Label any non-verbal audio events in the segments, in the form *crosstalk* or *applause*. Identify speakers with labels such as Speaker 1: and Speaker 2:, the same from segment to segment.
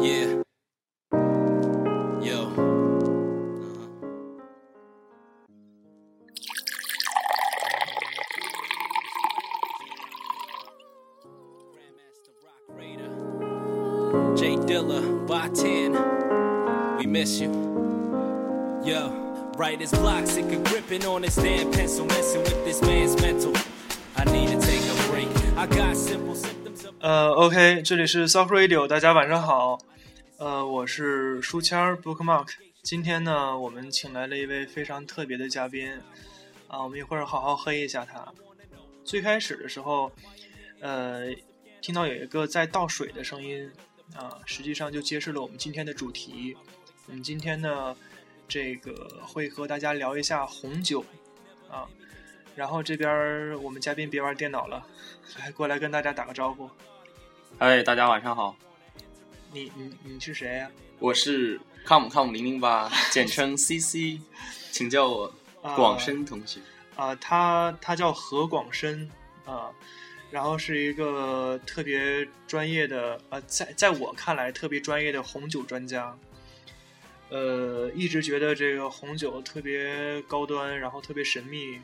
Speaker 1: Yeah. Yo. Uh-huh. Grandmaster Rock Raider. Jay Dilla, Batan. We miss you. Yo, right as block, sick of gripping on his damn pencil, messing with this man's mental. I need to take a break. I got simple symptoms of.
Speaker 2: 呃，OK，这里是 Soft Radio，大家晚上好。呃，我是书签儿 Bookmark。今天呢，我们请来了一位非常特别的嘉宾，啊，我们一会儿好好黑一下他。最开始的时候，呃，听到有一个在倒水的声音，啊，实际上就揭示了我们今天的主题。我们今天呢，这个会和大家聊一下红酒，啊，然后这边儿我们嘉宾别玩电脑了，来过来跟大家打个招呼。
Speaker 3: 嗨，哎大家晚上好，
Speaker 2: 你你你是谁啊呀、
Speaker 3: 我是康姆康姆零零八，简称 CC，请叫我
Speaker 2: 啊
Speaker 3: 广深同学。
Speaker 2: 啊、他他叫何广深啊、然后是一个特别专业的，呃，在在我看来特别专业的红酒专家。呃，一直觉得这个红酒特别高端，然后特别神秘。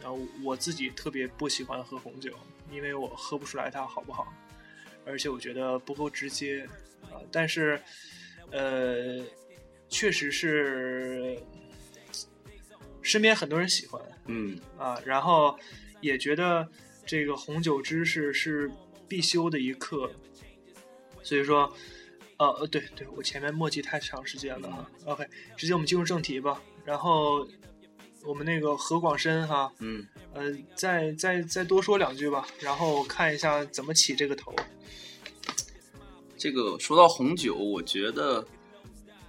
Speaker 2: 然后我自己特别不喜欢喝红酒，因为我喝不出来它好不好，而且我觉得不够直接啊、但是，呃，确实是身边很多人喜欢，
Speaker 3: 嗯，
Speaker 2: 啊，然后也觉得这个红酒知识是必修的一课，所以说，呃呃，对对，我前面墨迹太长时间了哈。OK，直接我们进入正题吧。然后我们那个何广深哈，
Speaker 3: 嗯，
Speaker 2: 呃，再再再多说两句吧，然后看一下怎么起这个头。
Speaker 3: 这个说到红酒，我觉得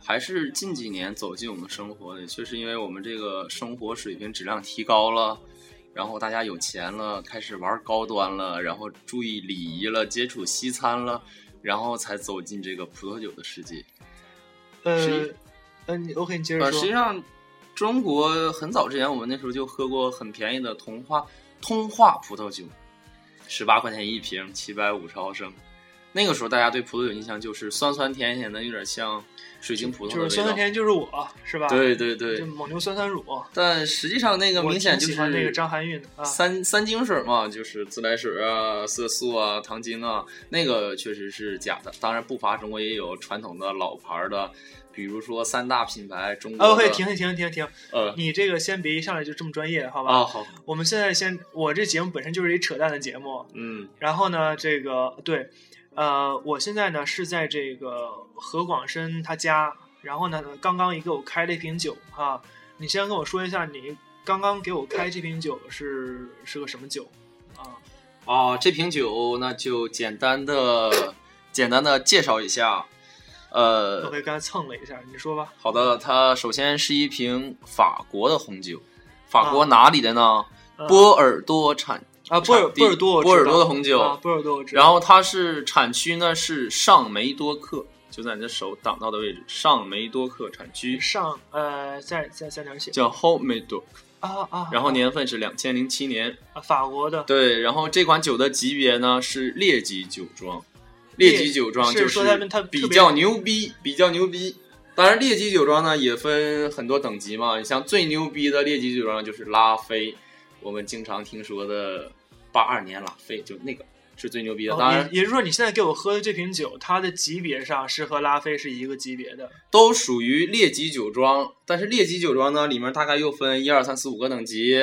Speaker 3: 还是近几年走进我们生活里，就是因为我们这个生活水平质量提高了，然后大家有钱了，开始玩高端了，然后注意礼仪了，接触西餐了，然后才走进这个葡萄酒的世界。
Speaker 2: 呃
Speaker 3: 实，
Speaker 2: 嗯、你 OK，你接着
Speaker 3: 呃，实际
Speaker 2: 说。
Speaker 3: 上，中国很早之前，我们那时候就喝过很便宜的通化通化葡萄酒，十八块钱一瓶，七百五十毫升。那个时候，大家对葡萄酒印象就是酸酸甜甜的，有点像水晶葡萄的
Speaker 2: 就
Speaker 3: 味道。
Speaker 2: 是酸酸甜，就是我是吧？，
Speaker 3: 对对对
Speaker 2: 就。蒙牛酸酸乳。
Speaker 3: 但实际上，那个
Speaker 2: 我
Speaker 3: 明显
Speaker 2: 挺
Speaker 3: 就
Speaker 2: 喜
Speaker 3: 是
Speaker 2: 欢那个张含韵的啊，
Speaker 3: 三三精水嘛，就是自来水啊、色素啊、糖精啊，那个确实是假的。当然，不乏中国也有传统的老牌儿的，比如说三大品牌中国的。
Speaker 2: 啊 OK，停停停停，
Speaker 3: 呃
Speaker 2: 你这个先别一上来就这么专业，好吧？
Speaker 3: 啊，好，
Speaker 2: 我们现在先，我这节目本身就是一扯淡的节目。
Speaker 3: 嗯
Speaker 2: 然后呢，这个对，呃，我现在呢是在这个何广深他家，然后呢，刚刚也给我开了一瓶酒哈、你先跟我说一下，你刚刚给我开这瓶酒是是个什么酒啊？
Speaker 3: 啊，这瓶酒那就简单的简单的介绍一下。
Speaker 2: 我
Speaker 3: 呃，
Speaker 2: 给刚才蹭了一下，你说吧。
Speaker 3: 好的，它首先是一瓶法国的红酒，法国哪里的呢？
Speaker 2: 啊嗯
Speaker 3: 波尔多产，
Speaker 2: 啊，波尔
Speaker 3: 产地
Speaker 2: 波尔多我知道，
Speaker 3: 波尔多的红酒
Speaker 2: 啊，波尔多我知道。
Speaker 3: 然后它是产区呢是上梅多克，就在你的手挡到的位置，上梅多克产区
Speaker 2: 上呃，在在在哪儿写？
Speaker 3: 叫 Homemade，Doc，
Speaker 2: 啊啊，
Speaker 3: 然后年份是两千零七年。
Speaker 2: 啊法国的
Speaker 3: 对，然后这款酒的级别呢是劣级酒庄，劣级酒庄
Speaker 2: 是
Speaker 3: 就
Speaker 2: 说他们他特别
Speaker 3: 比较牛逼，比较牛逼。当然，劣级酒庄呢也分很多等级嘛，你像最牛逼的劣级酒庄就是拉菲，我们经常听说的八二年拉菲，就那个是最牛逼的。
Speaker 2: 哦
Speaker 3: 当然，
Speaker 2: 也也就是说，你现在给我喝的这瓶酒，它的级别上是和拉菲是一个级别的。
Speaker 3: 都属于劣级酒庄，但是劣级酒庄呢里面大概又分一二三四五个等级，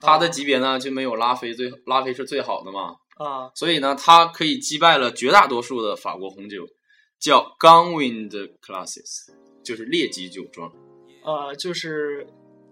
Speaker 3: 它
Speaker 2: 哦
Speaker 3: 的级别呢就没有拉菲最拉菲是最好的嘛。
Speaker 2: 啊
Speaker 3: 所以呢，它可以击败了绝大多数的法国红酒，叫 Gunwind Classes，就是劣级酒庄。
Speaker 2: 呃，就是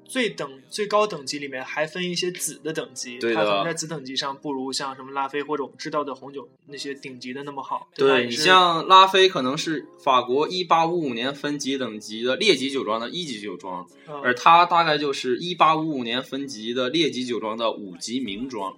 Speaker 2: 最等最高等级里面还分一些子的等级，
Speaker 3: 对
Speaker 2: 它
Speaker 3: 的
Speaker 2: 可能在子等级上不如像什么拉菲或者我们知道的红酒那些顶级的那么好。吧也
Speaker 3: 你
Speaker 2: 是
Speaker 3: 像拉菲可能是法国一八五五年分级等级的劣级酒庄的一级酒庄，
Speaker 2: 呃
Speaker 3: 而它大概就是一八五五年分级的劣级酒庄的五级名庄。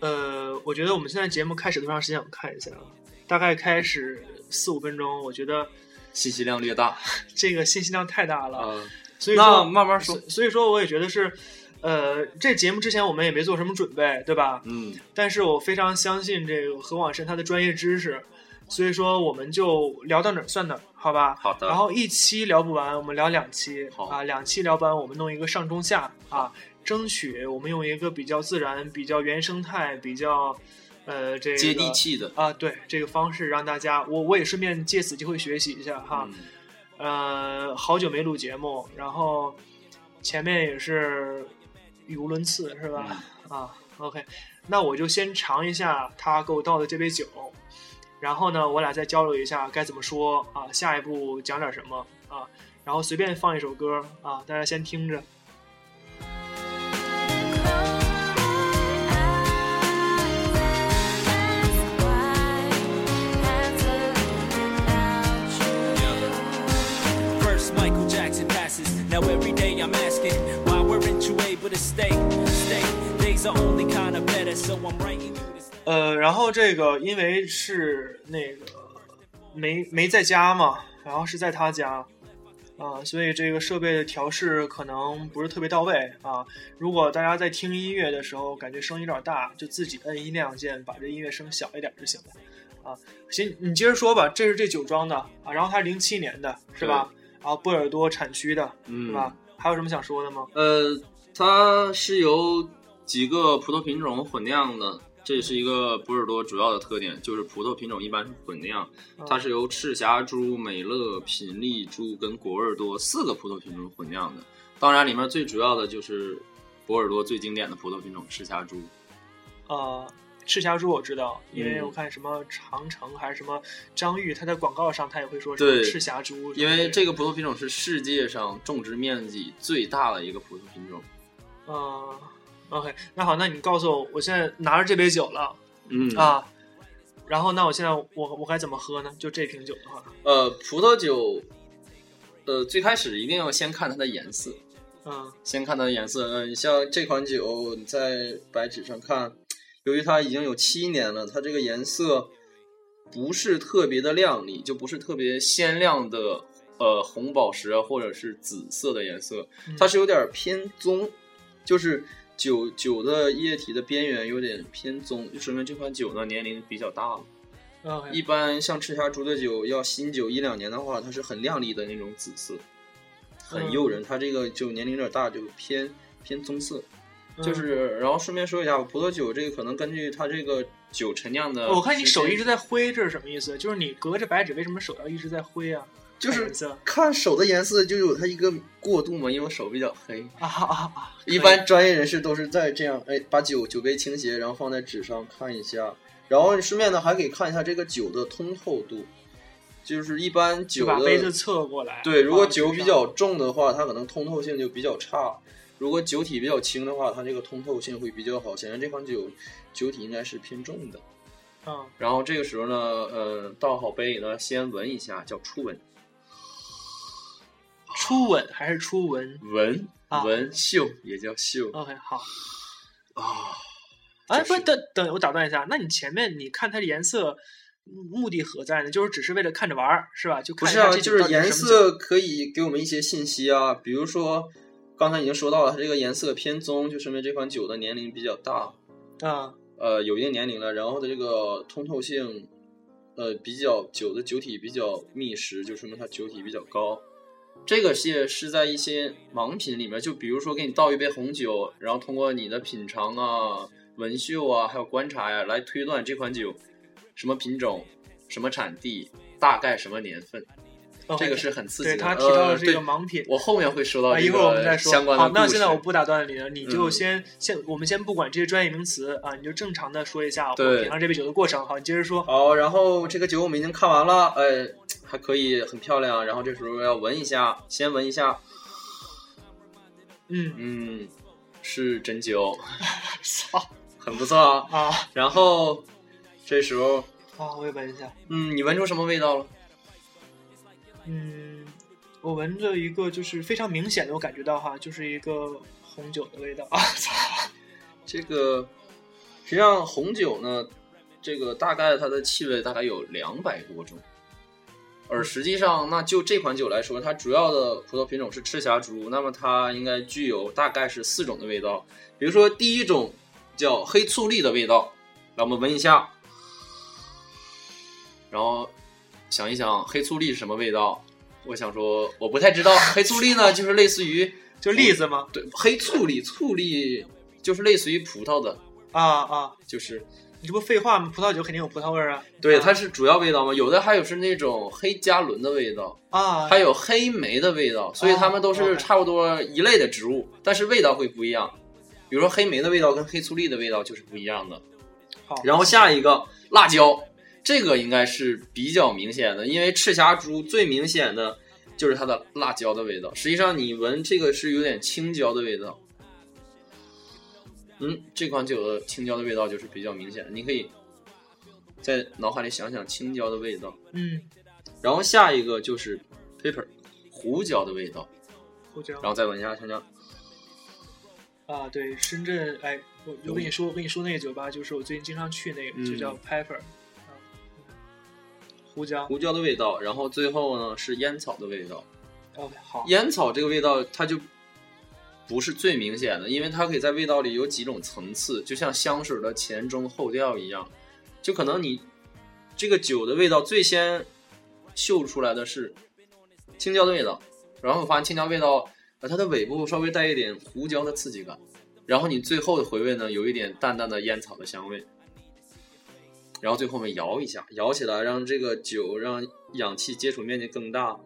Speaker 2: 呃，我觉得我们现在节目开始多长时间？我看一下啊，大概开始四五分钟。我觉得
Speaker 3: 信息量略大，
Speaker 2: 这个信息量太大了，
Speaker 3: 呃，
Speaker 2: 所以
Speaker 3: 那
Speaker 2: 说，嗯
Speaker 3: 慢慢
Speaker 2: 所
Speaker 3: 说，
Speaker 2: 所以说我也觉得是。呃，这节目之前我们也没做什么准备，对吧？
Speaker 3: 嗯，
Speaker 2: 但是我非常相信这个何广深他的专业知识，所以说我们就聊到哪儿算哪儿，好吧？
Speaker 3: 好的
Speaker 2: 然后一期聊不完，我们聊两期
Speaker 3: 嗯好
Speaker 2: 啊，两期聊不完，我们弄一个上中下啊，争取我们用一个比较自然、比较原生态、比较呃这个
Speaker 3: 接地气的，
Speaker 2: 啊，对这个方式让大家，我我也顺便借此机会学习一下哈。
Speaker 3: 嗯，
Speaker 2: 呃，好久没录节目，然后前面也是语无伦次，是吧？啊，OK，那我就先尝一下他给我倒的这杯酒，然后呢，我俩再交流一下该怎么说啊，下一步讲点什么啊，然后随便放一首歌啊，大家先听着。
Speaker 1: First, Michael Jackson passes. Now every day I'm asking why we're in two A, but it's stay, stay. Days are only kind of better, so I'm writing you this.
Speaker 2: 呃，然后这个因为是那个没没在家嘛，然后是在他家，啊、所以这个设备的调试可能不是特别到位啊。如果大家在听音乐的时候感觉声音有点大，就自己摁音量键，把这音乐声小一点就行了。啊，行，你接着说吧，这是这酒庄的啊，然后它是零七年的是吧？然后波尔多产区的是
Speaker 3: 嗯
Speaker 2: 吧？还有什么想说的吗？
Speaker 3: 呃，它是由几个葡萄品种混酿的，这是一个波尔多主要的特点，就是葡萄品种一般是混酿，
Speaker 2: 哦嗯
Speaker 3: 它是由赤霞珠、美乐、品丽珠跟果味多四个葡萄品种混酿的。当然，里面最主要的就是波尔多最经典的葡萄品种赤霞珠。
Speaker 2: 呃，赤霞珠我知道，因为
Speaker 3: 嗯
Speaker 2: 我看什么长城还是什么张裕，他在广告上他也会说什么
Speaker 3: 对
Speaker 2: 赤霞珠，
Speaker 3: 因为
Speaker 2: 个，
Speaker 3: 这个葡萄品种是世界上种植面积最大的一个葡萄品种。
Speaker 2: 嗯，OK，那好，那你告诉我，我现在拿着这杯酒了、
Speaker 3: 嗯，
Speaker 2: 啊，然后那我现在我我该怎么喝呢？就这瓶酒的话，
Speaker 3: 呃，葡萄酒，呃，最开始一定要先看它的颜色，
Speaker 2: 嗯
Speaker 3: 先看它的颜色。嗯、你像这款酒，你在白纸上看，由于它已经有七年了，它这个颜色不是特别的亮丽，就不是特别鲜亮的，呃，红宝石啊，或者是紫色的颜色，
Speaker 2: 嗯
Speaker 3: 它是有点偏棕，就是酒酒的液体的边缘有点偏棕，就说明这款酒呢年龄比较大了。一
Speaker 2: ，OK，嗯
Speaker 3: 般像赤霞珠的酒，要新酒一两年的话，它是很亮丽的那种紫色，
Speaker 2: 嗯
Speaker 3: 很诱人。它这个就年龄有点大，就偏偏棕色。
Speaker 2: 嗯
Speaker 3: 就、是，然后顺便说一下，葡萄酒这个可能根据它这个酒陈酿的时
Speaker 2: 嗯
Speaker 3: 间，
Speaker 2: 我看你手一直在挥，这是什么意思？就是你隔着白纸，为什么手要一直在挥啊？
Speaker 3: 就是
Speaker 2: 颜色
Speaker 3: 看手的颜色就有它一个过渡嘛，因为我手比较黑。
Speaker 2: 啊啊啊！可以
Speaker 3: 一般专业人士都是在这样，哎，把酒酒杯倾斜，然后放在纸上看一下，然后顺便呢还可以看一下这个酒的通透度，就是一般
Speaker 2: 就
Speaker 3: 酒
Speaker 2: 把
Speaker 3: 的
Speaker 2: 杯子侧过来，
Speaker 3: 对，如果
Speaker 2: 放
Speaker 3: 酒
Speaker 2: 纸
Speaker 3: 比
Speaker 2: 上
Speaker 3: 较重的话，它可能通透性就比较差；如果酒体比较轻的话，它这个通透性会比较好。显然这款酒酒体应该是偏重的。
Speaker 2: 嗯
Speaker 3: 然后这个时候呢，呃，倒好杯里呢，先闻一下，叫初闻，
Speaker 2: 初吻还是初吻
Speaker 3: 闻
Speaker 2: 啊
Speaker 3: 闻嗅也叫嗅
Speaker 2: ？OK，好。
Speaker 3: 啊。
Speaker 2: 哎，
Speaker 3: 就
Speaker 2: 不
Speaker 3: 是，
Speaker 2: 等等，我打断一下，那你前面你看它的颜色，目目的何在呢？就是只是为了看着玩儿，是吧？就
Speaker 3: 不
Speaker 2: 看一
Speaker 3: 是
Speaker 2: 下
Speaker 3: 啊，
Speaker 2: 这
Speaker 3: 就
Speaker 2: 酒到
Speaker 3: 是
Speaker 2: 底
Speaker 3: 颜
Speaker 2: 什么酒。
Speaker 3: 色可以给我们一些信息啊，比如说刚才已经说到了，它这个颜色偏棕，就说明这款酒的年龄比较大。
Speaker 2: 啊，
Speaker 3: 呃有一定年龄了，然后它这个通透性，呃比较酒的酒体比较密实，就说明它酒体比较高。这个些是在一些盲品里面，就比如说给你倒一杯红酒，然后通过你的品尝啊、闻嗅啊，还有观察呀、来推断这款酒什么品种、什么产地、大概什么年份，
Speaker 2: 哦
Speaker 3: 这个是很刺激
Speaker 2: 对
Speaker 3: 的。
Speaker 2: 他提到
Speaker 3: 呃
Speaker 2: 的是一个
Speaker 3: 对
Speaker 2: 盲品。
Speaker 3: 我后面会说到
Speaker 2: 啊，一
Speaker 3: 这
Speaker 2: 会儿我们
Speaker 3: 个
Speaker 2: 再说。
Speaker 3: 相关的
Speaker 2: 好，
Speaker 3: 故事。
Speaker 2: 那现在我不打断你了，你就
Speaker 3: 嗯
Speaker 2: 先、先，我们先不管这些专业名词啊，你就正常的说一下我
Speaker 3: 对
Speaker 2: 品尝这杯酒的过程。好，你接着说。
Speaker 3: 好，然后这个酒我们已经看完了，哎，还可以，很漂亮。然后这时候要闻一下，先闻一下，
Speaker 2: 嗯，
Speaker 3: 嗯，是真酒，
Speaker 2: 操
Speaker 3: 很不错啊。
Speaker 2: 啊
Speaker 3: 然后这时候，
Speaker 2: 啊！我也闻一下，
Speaker 3: 嗯，你闻出什么味道了？
Speaker 2: 嗯，我闻着一个就是非常明显的，我感觉到哈，就是一个红酒的味道 *laughs* 啊！操，
Speaker 3: 这个实际上红酒呢，这个大概它的气味大概有两百多种，而实际上，那就这款酒来说，它主要的葡萄品种是赤霞珠，那么它应该具有大概是四种的味道，比如说第一种叫黑醋栗的味道，让我们闻一下，然后想一想黑醋栗是什么味道，我想说我不太知道。黑醋栗呢，就是类似于
Speaker 2: 就栗子吗？
Speaker 3: 对黑醋栗，醋栗就是类似于葡萄的，
Speaker 2: 啊啊，
Speaker 3: 就是
Speaker 2: 你这不废话吗？葡萄酒肯定有葡萄味儿啊。
Speaker 3: 对，
Speaker 2: 啊
Speaker 3: 它是主要味道嘛。有的还有是那种黑加仑的味道，
Speaker 2: 啊，
Speaker 3: 还有黑莓的味道，所以它们都
Speaker 2: 哦
Speaker 3: 是
Speaker 2: ，OK
Speaker 3: 差不多一类的植物，但是味道会不一样。比如说黑莓的味道跟黑醋栗的味道就是不一样的。
Speaker 2: 好
Speaker 3: 然后下一个辣椒，这个应该是比较明显的，因为赤霞珠最明显的就是它的辣椒的味道。实际上你闻这个是有点青椒的味道。嗯，这款酒的青椒的味道就是比较明显的，你可以在脑海里想想青椒的味道。
Speaker 2: 嗯，
Speaker 3: 然后下一个就是 pepper 胡椒的味道，
Speaker 2: 胡椒
Speaker 3: 然后再闻一下香蕉。
Speaker 2: 啊，对，深圳，哎，我我跟你说，我跟你说那个酒吧，就是我最近经常去那个，就
Speaker 3: 嗯
Speaker 2: 叫 Pepper，、啊、胡椒。
Speaker 3: 胡椒的味道，然后最后呢是烟草的味道。
Speaker 2: OK，好，哦
Speaker 3: 烟草这个味道它就不是最明显的，因为它可以在味道里有几种层次，就像香水的前中后调一样，就可能你这个酒的味道最先嗅出来的是青椒的味道，然后我发现青椒味道呃它的尾部稍微带一点胡椒的刺激感，然后你最后的回味呢有一点淡淡的烟草的香味。然后最后我们摇一下，摇起来，让这个酒让氧气接触面积更大，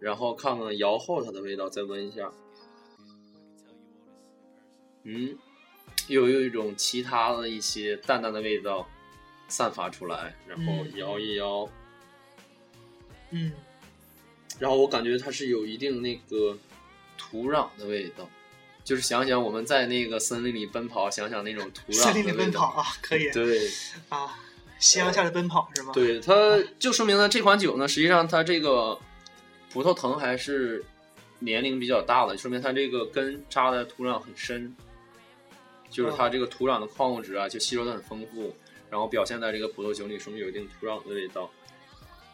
Speaker 3: 然后看看摇后它的味道，再闻一下。嗯，又有一种其他的一些淡淡的味道散发出来，然后
Speaker 2: 嗯
Speaker 3: 摇一摇，
Speaker 2: 嗯，
Speaker 3: 然后我感觉它是有一定那个土壤的味道，就是想想我们在那个森林里奔跑，想想那种土壤
Speaker 2: 森林里
Speaker 3: 的味
Speaker 2: 奔跑
Speaker 3: 道。
Speaker 2: 啊，可以
Speaker 3: 对
Speaker 2: 啊，夕阳下的奔跑是吗？，
Speaker 3: 对，它就说明了这款酒呢，实际上它这个葡萄藤还是年龄比较大的，说明它这个根扎的土壤很深，就是它这个土壤的矿物质啊，就吸收的很丰富，然后表现在这个葡萄酒里，说明有一定土壤的味道。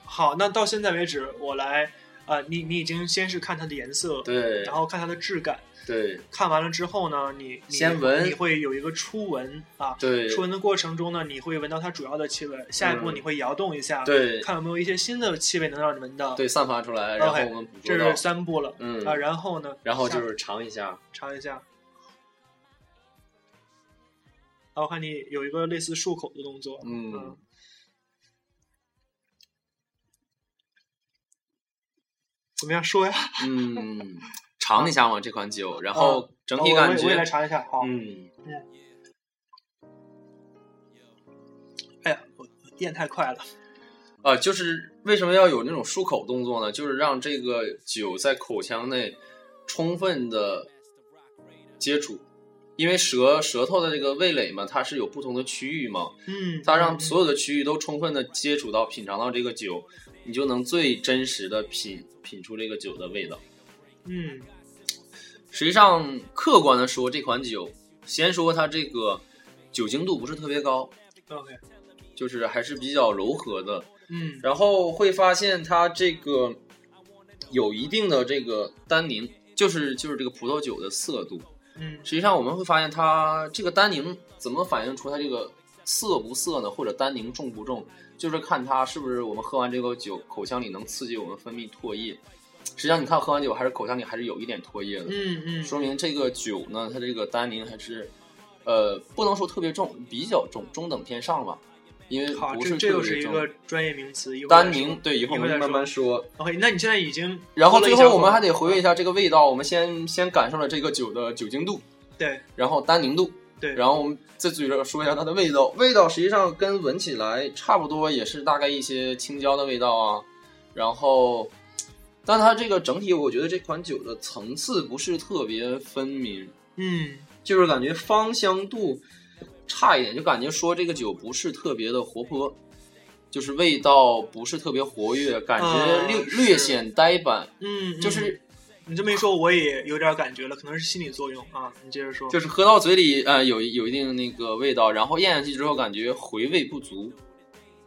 Speaker 2: 好，那到现在为止，我来，啊，你你已经先是看它的颜色，
Speaker 3: 对
Speaker 2: 然后看它的质感，
Speaker 3: 对
Speaker 2: 看完了之后呢，你你
Speaker 3: 先闻
Speaker 2: 你会有一个初闻啊，
Speaker 3: 对
Speaker 2: 初闻的过程中呢，你会闻到它主要的气味，下一步
Speaker 3: 嗯
Speaker 2: 你会摇动一下，
Speaker 3: 对
Speaker 2: 看有没有一些新的气味能让你闻到。
Speaker 3: 对，散发出来，然后
Speaker 2: OK，
Speaker 3: 我们捕捉
Speaker 2: 这
Speaker 3: 到
Speaker 2: 是，三步了、
Speaker 3: 嗯
Speaker 2: 啊，然后呢？
Speaker 3: 然后就
Speaker 2: 下
Speaker 3: 是尝一下，
Speaker 2: 尝一下。啊，我看你有一个类似漱口的动作，
Speaker 3: 嗯，
Speaker 2: 怎么样说呀？
Speaker 3: 嗯，尝一下嘛这款酒，然后整体
Speaker 2: 啊
Speaker 3: 感
Speaker 2: 我我也我也来
Speaker 3: 觉，
Speaker 2: 尝一下。好，
Speaker 3: 嗯，
Speaker 2: 哎呀，我咽太快了。
Speaker 3: 啊，就是为什么要有那种漱口动作呢？就是让这个酒在口腔内充分的接触，因为舌舌头的这个味蕾嘛，它是有不同的区域嘛，
Speaker 2: 嗯，
Speaker 3: 它让所有的区域都充分的接触到、品尝到这个酒，你就能最真实的品品出这个酒的味道。
Speaker 2: 嗯
Speaker 3: 实际上，客观的说，这款酒，先说它这个酒精度不是特别高，
Speaker 2: ，OK，
Speaker 3: 就是还是比较柔和的，
Speaker 2: 嗯
Speaker 3: 然后会发现它这个有一定的这个单宁，就是就是这个葡萄酒的涩度。
Speaker 2: 嗯
Speaker 3: 实际上我们会发现它这个单宁怎么反映出它这个涩不涩呢？或者单宁重不重？就是看它是不是我们喝完这个酒，口腔里能刺激我们分泌唾液。实际上你看喝完酒还是口腔里还是有一点唾液的，
Speaker 2: 嗯嗯，
Speaker 3: 说明这个酒呢，它这个单宁还是，呃，不能说特别重，比较重，中等偏上吧，因为
Speaker 2: 好，
Speaker 3: 不
Speaker 2: 这这
Speaker 3: 特
Speaker 2: 又
Speaker 3: 别
Speaker 2: 是一
Speaker 3: 重
Speaker 2: 个专业名词，一会儿再
Speaker 3: 单
Speaker 2: 说
Speaker 3: 宁，。对，以后我
Speaker 2: 一会
Speaker 3: 们
Speaker 2: 儿再
Speaker 3: 慢慢说。
Speaker 2: OK，那你现在已经
Speaker 3: 然后
Speaker 2: 喝了
Speaker 3: 最
Speaker 2: 一小啊
Speaker 3: 后
Speaker 2: 会
Speaker 3: 我
Speaker 2: 儿
Speaker 3: 们还得回味一下这个味道，我们先先感受了这个酒的酒精度，
Speaker 2: 对
Speaker 3: 然后单宁度，
Speaker 2: 对，
Speaker 3: 然后我们再嘴着说一下它的味道。味道实际上跟闻起来差不多，也是大概一些青椒的味道啊。然后，但它这个整体，我觉得这款酒的层次不是特别分明，
Speaker 2: 嗯
Speaker 3: 就是感觉芳香度差一点，就感觉说这个酒不是特别的活泼，就是味道不是特别活跃，感觉
Speaker 2: 嗯
Speaker 3: 略、
Speaker 2: 是
Speaker 3: 略显呆板，
Speaker 2: 嗯，
Speaker 3: 就是、
Speaker 2: 嗯你这么一说，我也有点感觉了，可能是心理作用啊。你接着说，
Speaker 3: 就是喝到嘴里呃有有一定那个味道，然后咽下去之后感觉回味不足，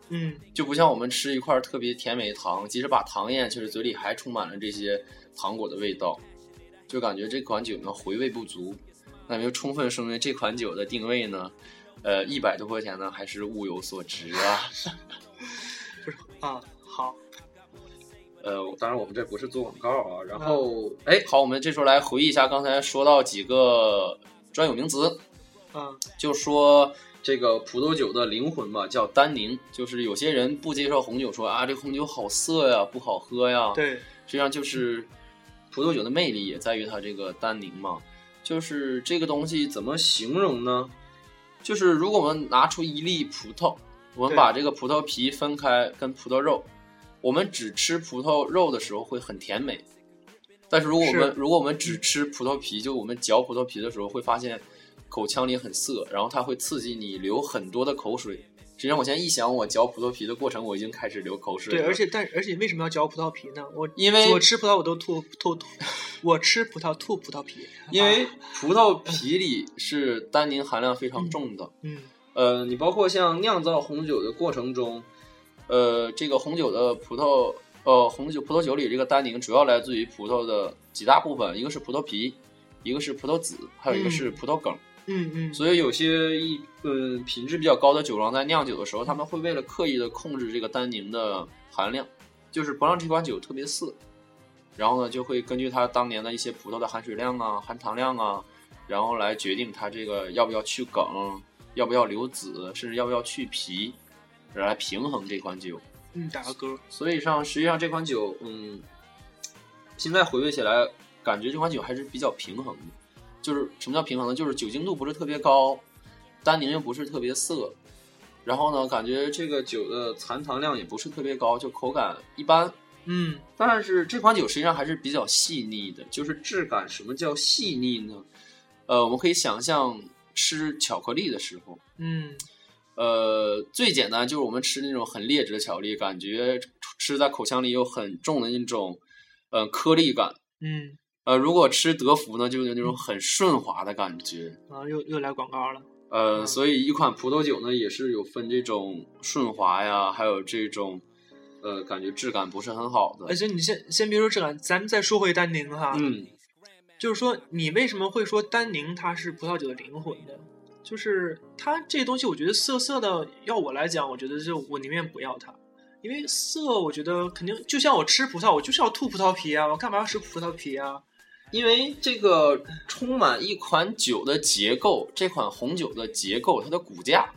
Speaker 2: 嗯
Speaker 3: 就不像我们吃一块特别甜美的糖，即使把糖咽下去，嘴里还充满了这些糖果的味道，就感觉这款酒呢回味不足。那么就充分说明这款酒的定位呢，呃，一百多块钱呢还是物有所值啊。
Speaker 2: 不是啊，好，
Speaker 3: *laughs* 呃，当然我们这不是做广告啊。然后，哎，好，我们这时候来回忆一下刚才说到几个专有名词，
Speaker 2: 嗯
Speaker 3: 就说这个葡萄酒的灵魂吧，叫单宁。就是有些人不接受红酒说，啊，这红酒好涩呀，不好喝呀。，
Speaker 2: 对，
Speaker 3: 实际上就是葡萄酒的魅力也在于它这个单宁嘛。就是这个东西怎么形容呢？就是如果我们拿出一粒葡萄，我们
Speaker 2: 对
Speaker 3: 把这个葡萄皮分开跟葡萄肉，我们只吃葡萄肉的时候会很甜美，但是如果我们
Speaker 2: 是
Speaker 3: 如果我们只吃葡萄皮，就我们嚼葡萄皮的时候会发现口腔里很涩，然后它会刺激你流很多的口水。实际上，我现在一想我嚼葡萄皮的过程，我已经开始流口水了。
Speaker 2: 对，而且但而且为什么要嚼葡萄皮呢？我
Speaker 3: 因为
Speaker 2: 我吃葡萄我都吐吐吐，我吃葡萄吐葡萄皮，
Speaker 3: 因
Speaker 2: 啊
Speaker 3: 为葡萄皮里是单宁含量非常重的。
Speaker 2: 嗯
Speaker 3: 呃，你包括像酿造红酒的过程中，呃，这个红酒的葡萄，呃，红酒葡萄酒里这个单宁主要来自于葡萄的几大部分，一个是葡萄皮，一个是葡萄籽，还有一个是葡萄梗。
Speaker 2: 嗯嗯，
Speaker 3: 所以有些一嗯品质比较高的酒庄在酿酒的时候，他们会为了刻意的控制这个单宁的含量，就是不让这款酒特别涩。然后呢，就会根据它当年的一些葡萄的含水量啊、含糖量啊，然后来决定它这个要不要去梗，要不要留籽，甚至要不要去皮，来平衡这款酒。
Speaker 2: 嗯打个嗝，
Speaker 3: 所以上，实际上这款酒，嗯，现在回味起来，感觉这款酒还是比较平衡的。就是什么叫平衡呢？就是酒精度不是特别高，单宁又不是特别涩，然后呢，感觉这个酒的残糖量也不是特别高，就口感一般。
Speaker 2: 嗯
Speaker 3: 但是这款酒实际上还是比较细腻的，就是质感。什么叫细腻呢？呃，我们可以想象吃巧克力的时候，
Speaker 2: 嗯
Speaker 3: 呃，最简单就是我们吃那种很劣质的巧克力，感觉吃在口腔里有很重的那种，呃，颗粒感。
Speaker 2: 嗯
Speaker 3: 呃，如果吃德芙呢，就有那种很顺滑的感觉。
Speaker 2: 啊又又来广告了，
Speaker 3: 呃，
Speaker 2: 嗯
Speaker 3: 所以一款葡萄酒呢，也是有分这种顺滑呀，还有这种，呃，感觉质感不是很好
Speaker 2: 而
Speaker 3: 的。
Speaker 2: 哎且你先先别说质感，咱们再说回单宁哈，
Speaker 3: 嗯，
Speaker 2: 就是说，你为什么会说单宁它是葡萄酒的灵魂呢？就是它这东西，我觉得涩涩的，要我来讲，我觉得就我宁愿不要它，因为涩，我觉得肯定就像我吃葡萄，我就是要吐葡萄皮啊，我干嘛要吃葡萄皮啊？
Speaker 3: 因为这个充满一款酒的结构，这款红酒的结构，它的骨架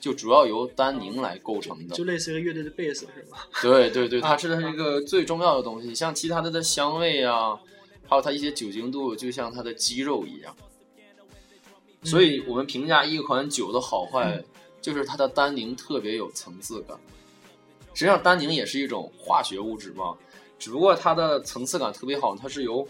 Speaker 3: 就主要由单宁来构成的。
Speaker 2: 就类似于乐队的贝斯是吧？
Speaker 3: 对对对，
Speaker 2: 啊
Speaker 3: 它是它这个最重要的东西，像其他的的香味啊，还有它一些酒精度，就像它的肌肉一样。
Speaker 2: 嗯
Speaker 3: 所以我们评价一款酒的好坏，就是它的单宁特别有层次感。实际上，单宁也是一种化学物质嘛，只不过它的层次感特别好，它是由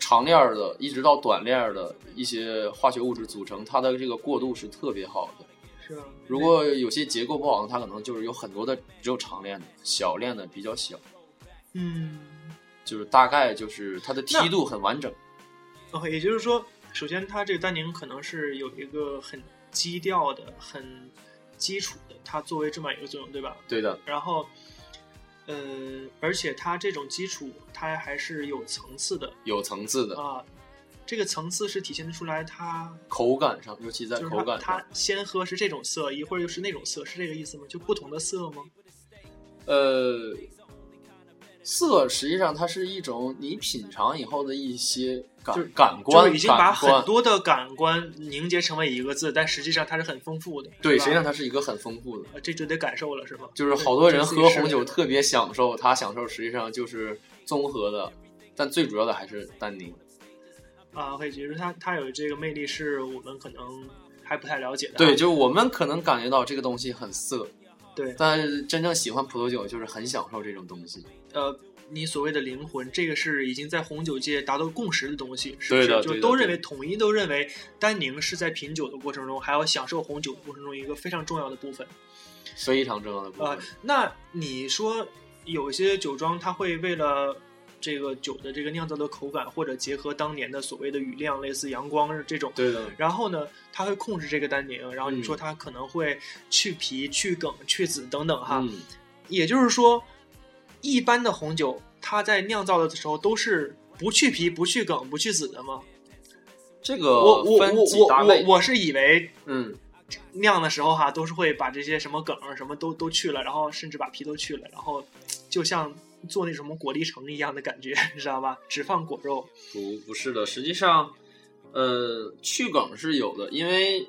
Speaker 3: 长链儿的一直到短链儿的一些化学物质组成，它的这个过渡是特别好的。
Speaker 2: 是啊，
Speaker 3: 如果有些结构不好呢，它可能就是有很多的只有长链的，小链的比较小，
Speaker 2: 嗯
Speaker 3: 就是大概就是它的梯度很完整。
Speaker 2: ，OK，也就是说，首先它这个单宁可能是有一个很基调的、很基础的，它作为这么一个作用，对吧？
Speaker 3: 对的，
Speaker 2: 然后，呃，而且它这种基础，它还是有层次的
Speaker 3: 有层次的，
Speaker 2: 啊、这个层次是体现出来它，
Speaker 3: 口感上，尤其在
Speaker 2: 就是
Speaker 3: 口
Speaker 2: 它
Speaker 3: 感上，
Speaker 2: 它先喝是这种色，一会儿又是那种色，是这个意思吗？就不同的色吗？
Speaker 3: 呃，色实际上它是一种你品尝以后的一些
Speaker 2: 就
Speaker 3: 感感
Speaker 2: 就
Speaker 3: 官，
Speaker 2: 是已经把
Speaker 3: 感官
Speaker 2: 很多的感官凝结成为一个字，但实际上它是很丰富的。
Speaker 3: 对，
Speaker 2: 是吧
Speaker 3: 实际上它是一个很丰富的，
Speaker 2: 呃这就得感受了，是吧？
Speaker 3: 就是好多人
Speaker 2: 对
Speaker 3: 喝红。
Speaker 2: 这
Speaker 3: 酒
Speaker 2: 次也是
Speaker 3: 特别享受，他享受实际上就是综合的，但最主要的还是单宁。
Speaker 2: 啊，可以，就是它它有这个魅力，是我们可能还不太了解的啊。
Speaker 3: 对，就是我们可能感觉到这个东西很涩，
Speaker 2: 对，
Speaker 3: 但是真正喜欢葡萄酒就是很享受这种东西。
Speaker 2: 呃，你所谓的灵魂，这个是已经在红酒界达到共识的东西，是不是？
Speaker 3: 对的对
Speaker 2: 就
Speaker 3: 的
Speaker 2: 都
Speaker 3: 对
Speaker 2: 认
Speaker 3: 的
Speaker 2: 为统一都认为单宁是在品酒的过程中，还有享受红酒的过程中一个非常重要的部分。
Speaker 3: 非常重要的部分。
Speaker 2: 呃，那你说有一些酒庄，它会为了这个酒的这个酿造的口感，或者结合当年的所谓的雨量，类似阳光这种。
Speaker 3: 对的，
Speaker 2: 然后呢，它会控制这个单宁，然后你说
Speaker 3: 嗯
Speaker 2: 它可能会去皮、去梗、去籽等等哈。
Speaker 3: 嗯，
Speaker 2: 也就是说，一般的红酒它在酿造的时候都是不去皮、不去梗、不去籽的吗？
Speaker 3: 这个
Speaker 2: 我我我
Speaker 3: 呃分几大
Speaker 2: 我我
Speaker 3: 类，
Speaker 2: 我是以为
Speaker 3: 嗯，
Speaker 2: 酿的时候哈，都是会把这些什么梗儿什么都都去了，然后甚至把皮都去了，然后就像做那什么果粒橙一样的感觉，你知道吧？只放果肉。
Speaker 3: 不不是的，实际上，呃，去梗是有的，因为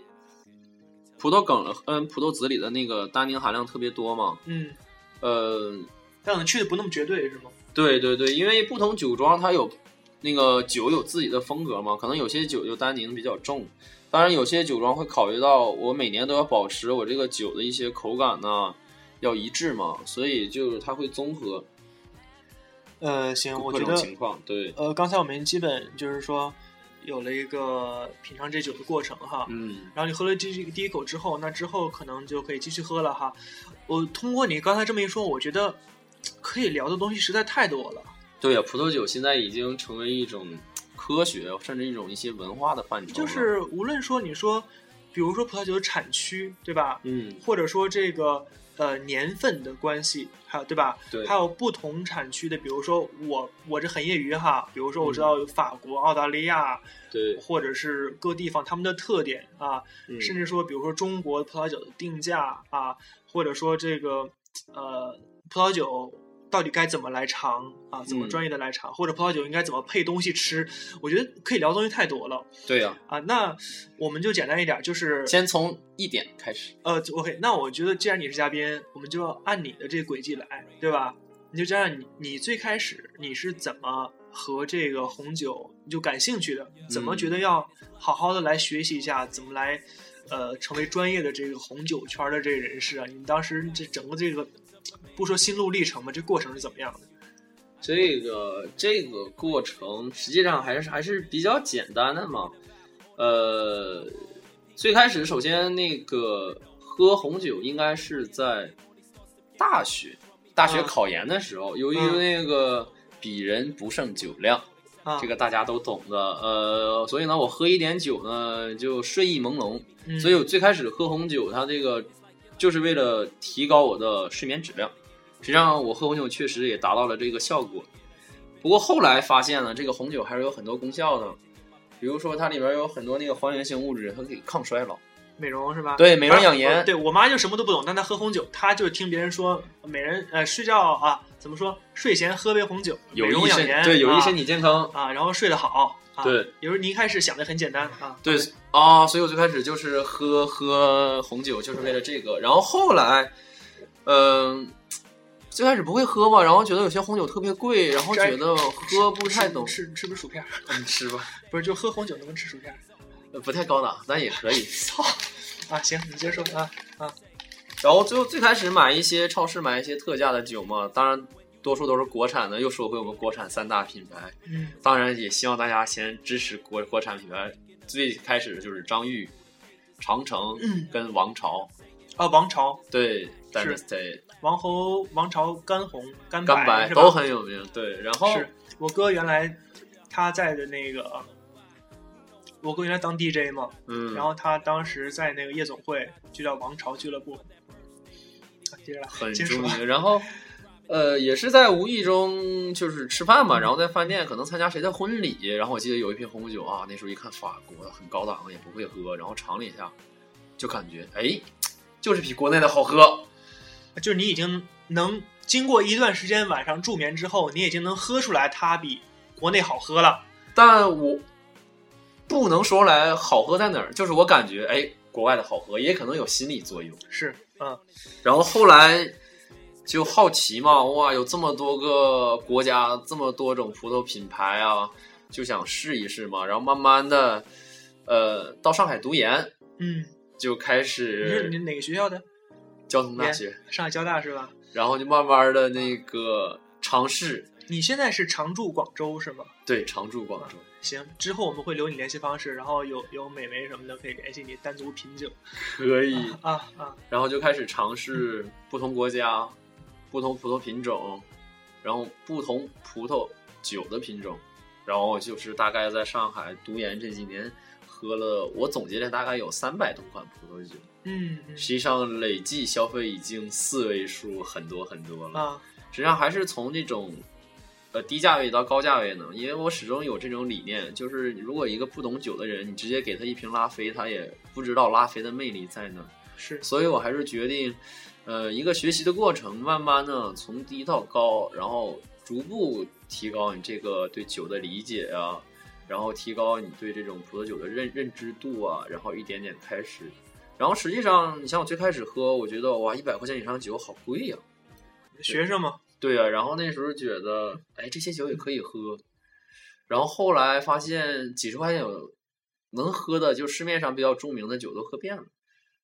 Speaker 3: 葡萄梗嗯葡萄籽里的那个单宁含量特别多嘛，
Speaker 2: 嗯，
Speaker 3: 呃，
Speaker 2: 但可能去的不那么绝对，是吗？
Speaker 3: 对对对，因为不同酒庄它有那个酒有自己的风格嘛，可能有些酒就单宁比较重，当然有些酒庄会考虑到我每年都要保持我这个酒的一些口感呢、要一致嘛，所以就是它会综合
Speaker 2: 呃，行，我
Speaker 3: 各
Speaker 2: 觉
Speaker 3: 种情
Speaker 2: 得
Speaker 3: 况。对，
Speaker 2: 呃，刚才我们基本就是说有了一个品尝这酒的过程哈，
Speaker 3: 嗯，
Speaker 2: 然后你喝了这这个第一口之后，那之后可能就可以继续喝了哈。我通过你刚才这么一说，我觉得可以聊的东西实在太多了。
Speaker 3: 对呀、葡萄酒现在已经成为一种科学，甚至一种一些文嗯化的范畴了。
Speaker 2: 就是无论说你说，比如说葡萄酒的产区，对吧？
Speaker 3: 嗯，
Speaker 2: 或者说这个呃年份的关系，还有对吧？
Speaker 3: 对，
Speaker 2: 还有不同产区的，比如说我我这很业余哈，比如说我
Speaker 3: 嗯
Speaker 2: 知道有法国、澳大利亚
Speaker 3: 对，
Speaker 2: 或者是各地方他们的特点啊，
Speaker 3: 嗯
Speaker 2: 甚至说，比如说中国葡萄酒的定价啊，或者说这个呃葡萄酒到底该怎么来尝啊，怎么
Speaker 3: 嗯
Speaker 2: 专业的来尝，或者葡萄酒应该怎么配东西吃，我觉得可以聊的东西太多了
Speaker 3: 对呀、
Speaker 2: 啊。那我们就简单一点，就是
Speaker 3: 先从一点开始。
Speaker 2: 呃，OK，那我觉得既然你是嘉宾，我们就要按你的这个轨迹来，对吧？你就讲讲你你最开始你是怎么和这个红酒你就感兴趣的，怎么
Speaker 3: 嗯
Speaker 2: 觉得要好好的来学习一下，怎么来呃成为专业的这个红酒圈的这个人士啊？你们当时这整个这个不说心路历程吧，这过程是怎么样的？
Speaker 3: 这个这个过程实际上还是还是比较简单的嘛。呃，最开始首先那个喝红酒应该是在大学大学
Speaker 2: 嗯
Speaker 3: 考研的时候，由于
Speaker 2: 嗯
Speaker 3: 那个鄙人不胜酒量，
Speaker 2: 啊，
Speaker 3: 这个大家都懂的。呃，所以呢，我喝一点酒呢就睡意朦胧，
Speaker 2: 嗯，
Speaker 3: 所以我最开始喝红酒，它这个就是为了提高我的睡眠质量。实际上，我喝红酒确实也达到了这个效果。不过后来发现呢，这个红酒还是有很多功效的，比如说它里边有很多那个还原性物质，它可以抗衰老。
Speaker 2: 美容是吧？
Speaker 3: 对美容养颜
Speaker 2: 反正我对我妈就什么都不懂，但她喝红酒，她就听别人说美人呃睡觉啊，怎么说睡前喝杯红酒，美容
Speaker 3: 益
Speaker 2: 养
Speaker 3: 身
Speaker 2: 颜，
Speaker 3: 对有益身
Speaker 2: 体
Speaker 3: 体健康。
Speaker 2: 啊然后睡得好啊。
Speaker 3: 对，
Speaker 2: 有时候你一开始想的很简单啊，
Speaker 3: 对啊，所以我最开始就是喝喝红酒，就是为了这个。然后后来，嗯、最开始不会喝嘛，然后觉得有些红酒特别贵，然后觉得喝不太懂，
Speaker 2: 吃吃不是薯片儿，
Speaker 3: 嗯吃吧。
Speaker 2: 不是就喝红酒能吃薯片儿
Speaker 3: 呃不太高档，但也可以。
Speaker 2: 啊？行，你接着说啊，
Speaker 3: 然后最后最开始买一些超市买一些特价的酒嘛，当然多数都是国产的。又说回我们国产三大品牌，
Speaker 2: 嗯
Speaker 3: 当然也希望大家先支持国国产品牌。最开始的就是张裕、长城
Speaker 2: 嗯
Speaker 3: 跟王朝，
Speaker 2: 啊，王朝
Speaker 3: 对，但
Speaker 2: 是
Speaker 3: 是对
Speaker 2: 王侯王朝干红干
Speaker 3: 干白
Speaker 2: 是吧？
Speaker 3: 都很有名。对，然后
Speaker 2: 是我哥原来他在的那个，我哥原来当 DJ 嘛，
Speaker 3: 嗯，
Speaker 2: 然后他当时在那个夜总会就叫王朝俱乐部。啊接着来，
Speaker 3: 很
Speaker 2: 接着
Speaker 3: 著
Speaker 2: 说。
Speaker 3: 名。然后，呃，也是在无意中就是吃饭嘛，然后在饭店可能参加谁的婚礼，然后我记得有一瓶红酒啊，那时候一看法国的很高档，也不会喝，然后尝了一下，就感觉哎，就是比国内的好喝。
Speaker 2: 就是你已经能经过一段时间晚上助眠之后，你已经能喝出来它比国内好喝了。
Speaker 3: 但我不能说来好喝在哪儿，就是我感觉哎，国外的好喝，也可能有心理作用。
Speaker 2: 是，嗯，
Speaker 3: 然后后来就好奇嘛，哇，有这么多个国家，这么多种葡萄品牌啊，就想试一试嘛。然后慢慢的，呃，到上海读研
Speaker 2: 嗯，
Speaker 3: 就开
Speaker 2: 你是你
Speaker 3: 始
Speaker 2: 哪个学校的？
Speaker 3: 交通大学，
Speaker 2: 上海交大是吧？
Speaker 3: 然后就慢慢的那个尝试，
Speaker 2: 你现在是常驻广州是吗？
Speaker 3: 对，常驻广州。
Speaker 2: 行，之后我们会留你联系方式，然后有有美眉什么的可以联系你单独品酒
Speaker 3: 可以，
Speaker 2: 啊啊！
Speaker 3: 然后就开始尝试不同国家、不同葡萄品种，然后不同葡萄酒的品种，然后就是大概在上海读研这几年喝了，我总结了大概有三百多款葡萄酒，
Speaker 2: 嗯嗯
Speaker 3: 实际上累计消费已经四位数，很多很多了。
Speaker 2: 啊，
Speaker 3: 实际上还是从那种呃低价位到高价位呢，因为我始终有这种理念，就是如果一个不懂酒的人，你直接给他一瓶拉菲，他也不知道拉菲的魅力在哪儿。
Speaker 2: 是
Speaker 3: 所以我还是决定，呃，一个学习的过程，慢慢的从低到高，然后逐步提高你这个对酒的理解啊，然后提高你对这种葡萄酒的认认知度啊，然后一点点开始。然后实际上，你像我最开始喝，我觉得哇，一百块钱以上的酒好贵呀、
Speaker 2: 学生嘛，
Speaker 3: 对呀、然后那时候觉得，哎，这些酒也可以喝。然后后来发现，几十块钱有能喝的，就市面上比较著名的酒都喝遍了。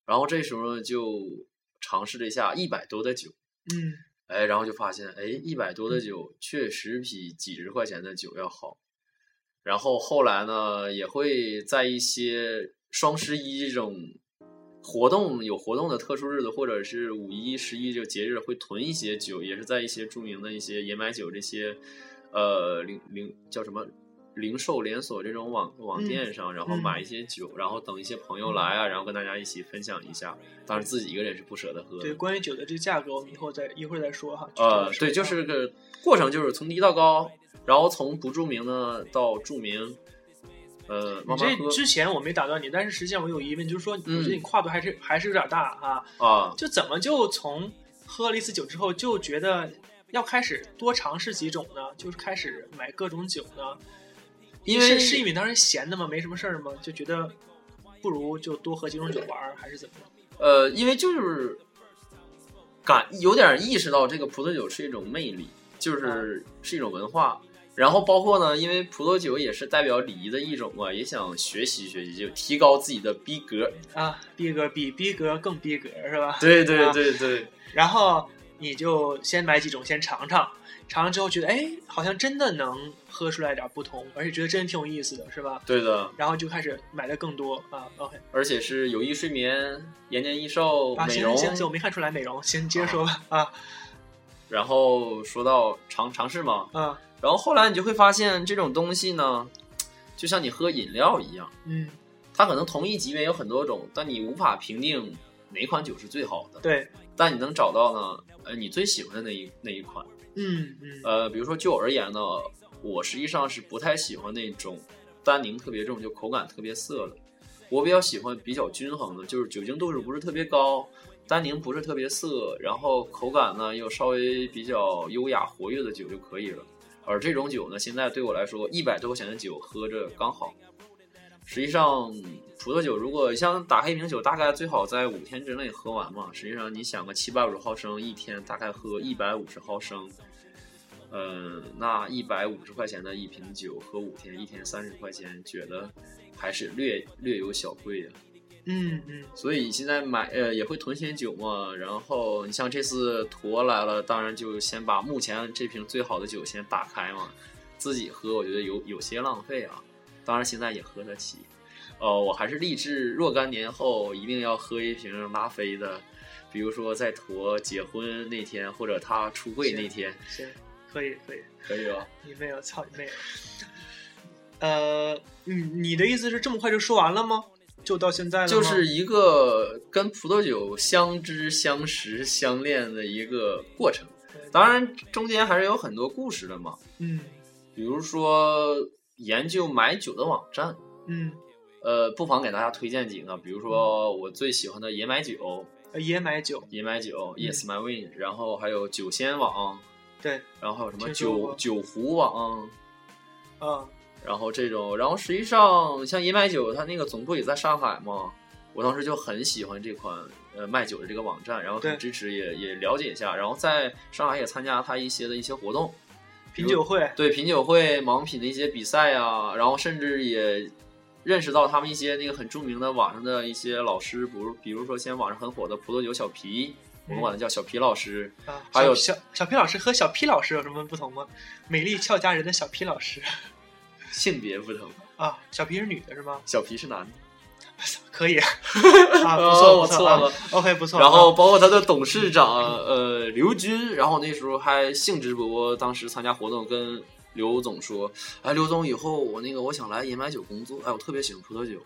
Speaker 3: 然后这时候就尝试了一下一百多的酒，
Speaker 2: 嗯，
Speaker 3: 哎，然后就发现，哎，一百多的酒确实比几十块钱的酒要好。然后后来呢，也会在一些双十一这种活动有活动的特殊日子，或者是五一、十一就节日会囤一些酒，也是在一些著名的一些野买酒这些，呃，零零叫什么？零售连锁这种网网
Speaker 2: 嗯
Speaker 3: 店上，然后
Speaker 2: 嗯
Speaker 3: 买一些酒，然后等一些朋友来啊，然后跟大家一起分享一下。当然自己一个人是不舍得喝的。
Speaker 2: 对，关于酒的这个价格，我们以后再一会儿再说哈。
Speaker 3: 呃，
Speaker 2: 具体的
Speaker 3: 对，就
Speaker 2: 说法
Speaker 3: 是个过程，就是从低到高，然后从不著名的到著名，呃，
Speaker 2: 你
Speaker 3: 慢慢
Speaker 2: 这
Speaker 3: 喝
Speaker 2: 之前我没打断你，但是实际上我有疑问，就是说，
Speaker 3: 嗯
Speaker 2: 我觉得你跨度还是还是有点大啊，
Speaker 3: 啊。
Speaker 2: 就怎么就从喝了一次酒之后就觉得要开始多尝试几种呢？就是开始买各种酒呢？
Speaker 3: 因
Speaker 2: 是
Speaker 3: 为
Speaker 2: 是因为当时闲的吗？没什么事儿吗？就觉得不如就多喝几种酒玩儿，还是怎么样？
Speaker 3: 呃，因为就是感有点意识到这个葡萄酒是一种魅力，
Speaker 2: 嗯
Speaker 3: 就是是一种文化。然后包括呢，因为葡萄酒也是代表礼仪的一种嘛，也想学习学习，就提高自己的逼格。
Speaker 2: 啊，逼格比逼格更逼格是吧？
Speaker 3: 对对
Speaker 2: 啊
Speaker 3: 对对，
Speaker 2: 然后你就先买几种先尝尝，尝了之后觉得哎，好像真的能喝出来点不同，而且觉得真的挺有意思的，是吧？
Speaker 3: 对的。
Speaker 2: 然后就开始买的更多啊。OK，
Speaker 3: 而且是有益睡眠、延年益寿、
Speaker 2: 啊，
Speaker 3: 美
Speaker 2: 行
Speaker 3: 容
Speaker 2: 行。行行，我没看出来美容，行，接着说吧啊
Speaker 3: 然后说到尝尝试嘛，
Speaker 2: 啊
Speaker 3: 然后后来你就会发现这种东西呢，就像你喝饮料一样，
Speaker 2: 嗯，
Speaker 3: 它可能同一级别有很多种，但你无法评定哪款酒是最好的。
Speaker 2: 对，
Speaker 3: 但你能找到呢，呃，你最喜欢的那一那一款。
Speaker 2: 嗯嗯
Speaker 3: 呃，比如说就我而言呢，我实际上是不太喜欢那种单宁特别重，就口感特别涩的。我比较喜欢比较均衡的，就是酒精度数不是特别高，单宁不是特别涩，然后口感呢又稍微比较优雅活跃的酒就可以了。而这种酒呢，现在对我来说，一百多块钱的酒喝着刚好。实际上，葡萄酒如果像打开一瓶酒，大概最好在五天之内喝完嘛。实际上，你想个七百五十毫升，一天大概喝一百五十毫升，呃，那一百五十块钱的一瓶酒喝五天，一天三十块钱，觉得还是略略有小贵呀、
Speaker 2: 嗯嗯，
Speaker 3: 所以现在买呃也会囤些酒嘛。然后你像这次驼来了，当然就先把目前这瓶最好的酒先打开嘛，自己喝，我觉得有有些浪费啊。当然现在也喝得起。呃，我还是立志若干年后一定要喝一瓶拉菲的，比如说在驼结婚那天，或者他出柜那天，
Speaker 2: 行，可以可以，
Speaker 3: 可以哦吧？
Speaker 2: 你妹我啊操你妹！呃，你你的意思是这么快就说完了吗？就到现在了吗？
Speaker 3: 就是一个跟葡萄酒相知、相识、相恋的一个过程。当然，中间还是有很多故事的嘛，
Speaker 2: 嗯
Speaker 3: 比如说研究买酒的网站，
Speaker 2: 嗯，
Speaker 3: 呃，不妨给大家推荐几个，比如说我最喜欢的野买酒、
Speaker 2: 呃也买酒，
Speaker 3: 野买
Speaker 2: 嗯
Speaker 3: 酒、Yes My Win，然后还有酒仙网，
Speaker 2: 对，
Speaker 3: 然后还有什么
Speaker 2: 听说
Speaker 3: 酒
Speaker 2: 过
Speaker 3: 酒壶网，
Speaker 2: 啊
Speaker 3: 然后这种，然后实际上像野买酒，它那个总部也在上海嘛，我当时就很喜欢这款呃卖酒的这个网站，然后很
Speaker 2: 对
Speaker 3: 支持也也了解一下，然后在上海也参加它一些的一些活动，
Speaker 2: 品酒会，
Speaker 3: 对品酒会、盲品的一些比赛啊，然后甚至也认识到他们一些那个很著名的网上的一些老师，比如比如说现在网上很火的葡萄酒小皮，我们管他叫小皮老师，
Speaker 2: 啊，
Speaker 3: 还有
Speaker 2: 小小小 P 老师和小 P 老师有什么不同吗？美丽俏佳人的小 P 老师
Speaker 3: 性别不同，
Speaker 2: 啊，小 P 是女的是吗？
Speaker 3: 小皮是男的。呃
Speaker 2: 可以
Speaker 3: *laughs*
Speaker 2: 啊，不错
Speaker 3: 哦我
Speaker 2: 不
Speaker 3: 错
Speaker 2: 错
Speaker 3: 了
Speaker 2: 啊，OK 不错。*laughs*
Speaker 3: 然后包括他的董事长呃刘军，然后那时候还兴致勃勃，当时参加活动跟刘总说，哎刘总，以后我那个我想来野买酒工作，哎我特别喜欢葡萄酒。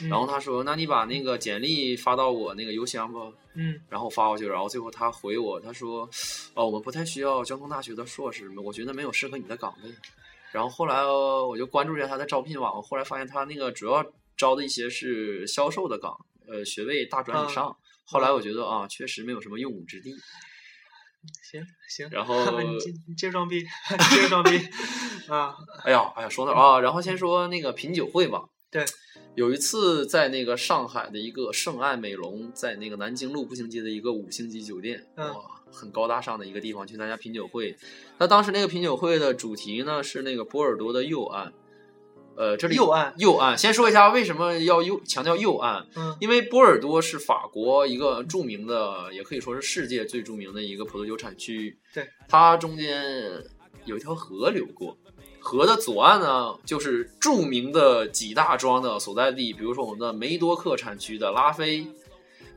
Speaker 2: 嗯
Speaker 3: 然后他说，那你把那个简历发到我那个邮箱吧，
Speaker 2: 嗯
Speaker 3: 然后发过去，然后最后他回我，他说，哦我们不太需要交通大学的硕士，我觉得没有适合你的岗位。然后后来呃我就关注一下他的招聘网，后来发现他那个主要招的一些是销售的岗，呃学位大专以上。后来我觉得啊，确实没有什么用武之地。
Speaker 2: 行行，
Speaker 3: 然后
Speaker 2: 你接你接着装逼，接着装逼啊！
Speaker 3: 哎呀，哎呀，说到啊，然后先说那个品酒会吧。
Speaker 2: 对，
Speaker 3: 有一次在那个上海的一个圣爱美容，在那个南京路步行街的一个五星级酒店，
Speaker 2: 嗯
Speaker 3: 哇，很高大上的一个地方去参加品酒会。那当时那个品酒会的主题呢是那个波尔多的右岸，呃，这里
Speaker 2: 右岸
Speaker 3: 右岸，先说一下为什么要右强调右岸，
Speaker 2: 嗯
Speaker 3: 因为波尔多是法国一个著名的，也可以说是世界最著名的一个葡萄酒产区。
Speaker 2: 对，
Speaker 3: 它中间有一条河流过，河的左岸呢就是著名的几大庄的所在地，比如说我们的梅多克产区的拉菲，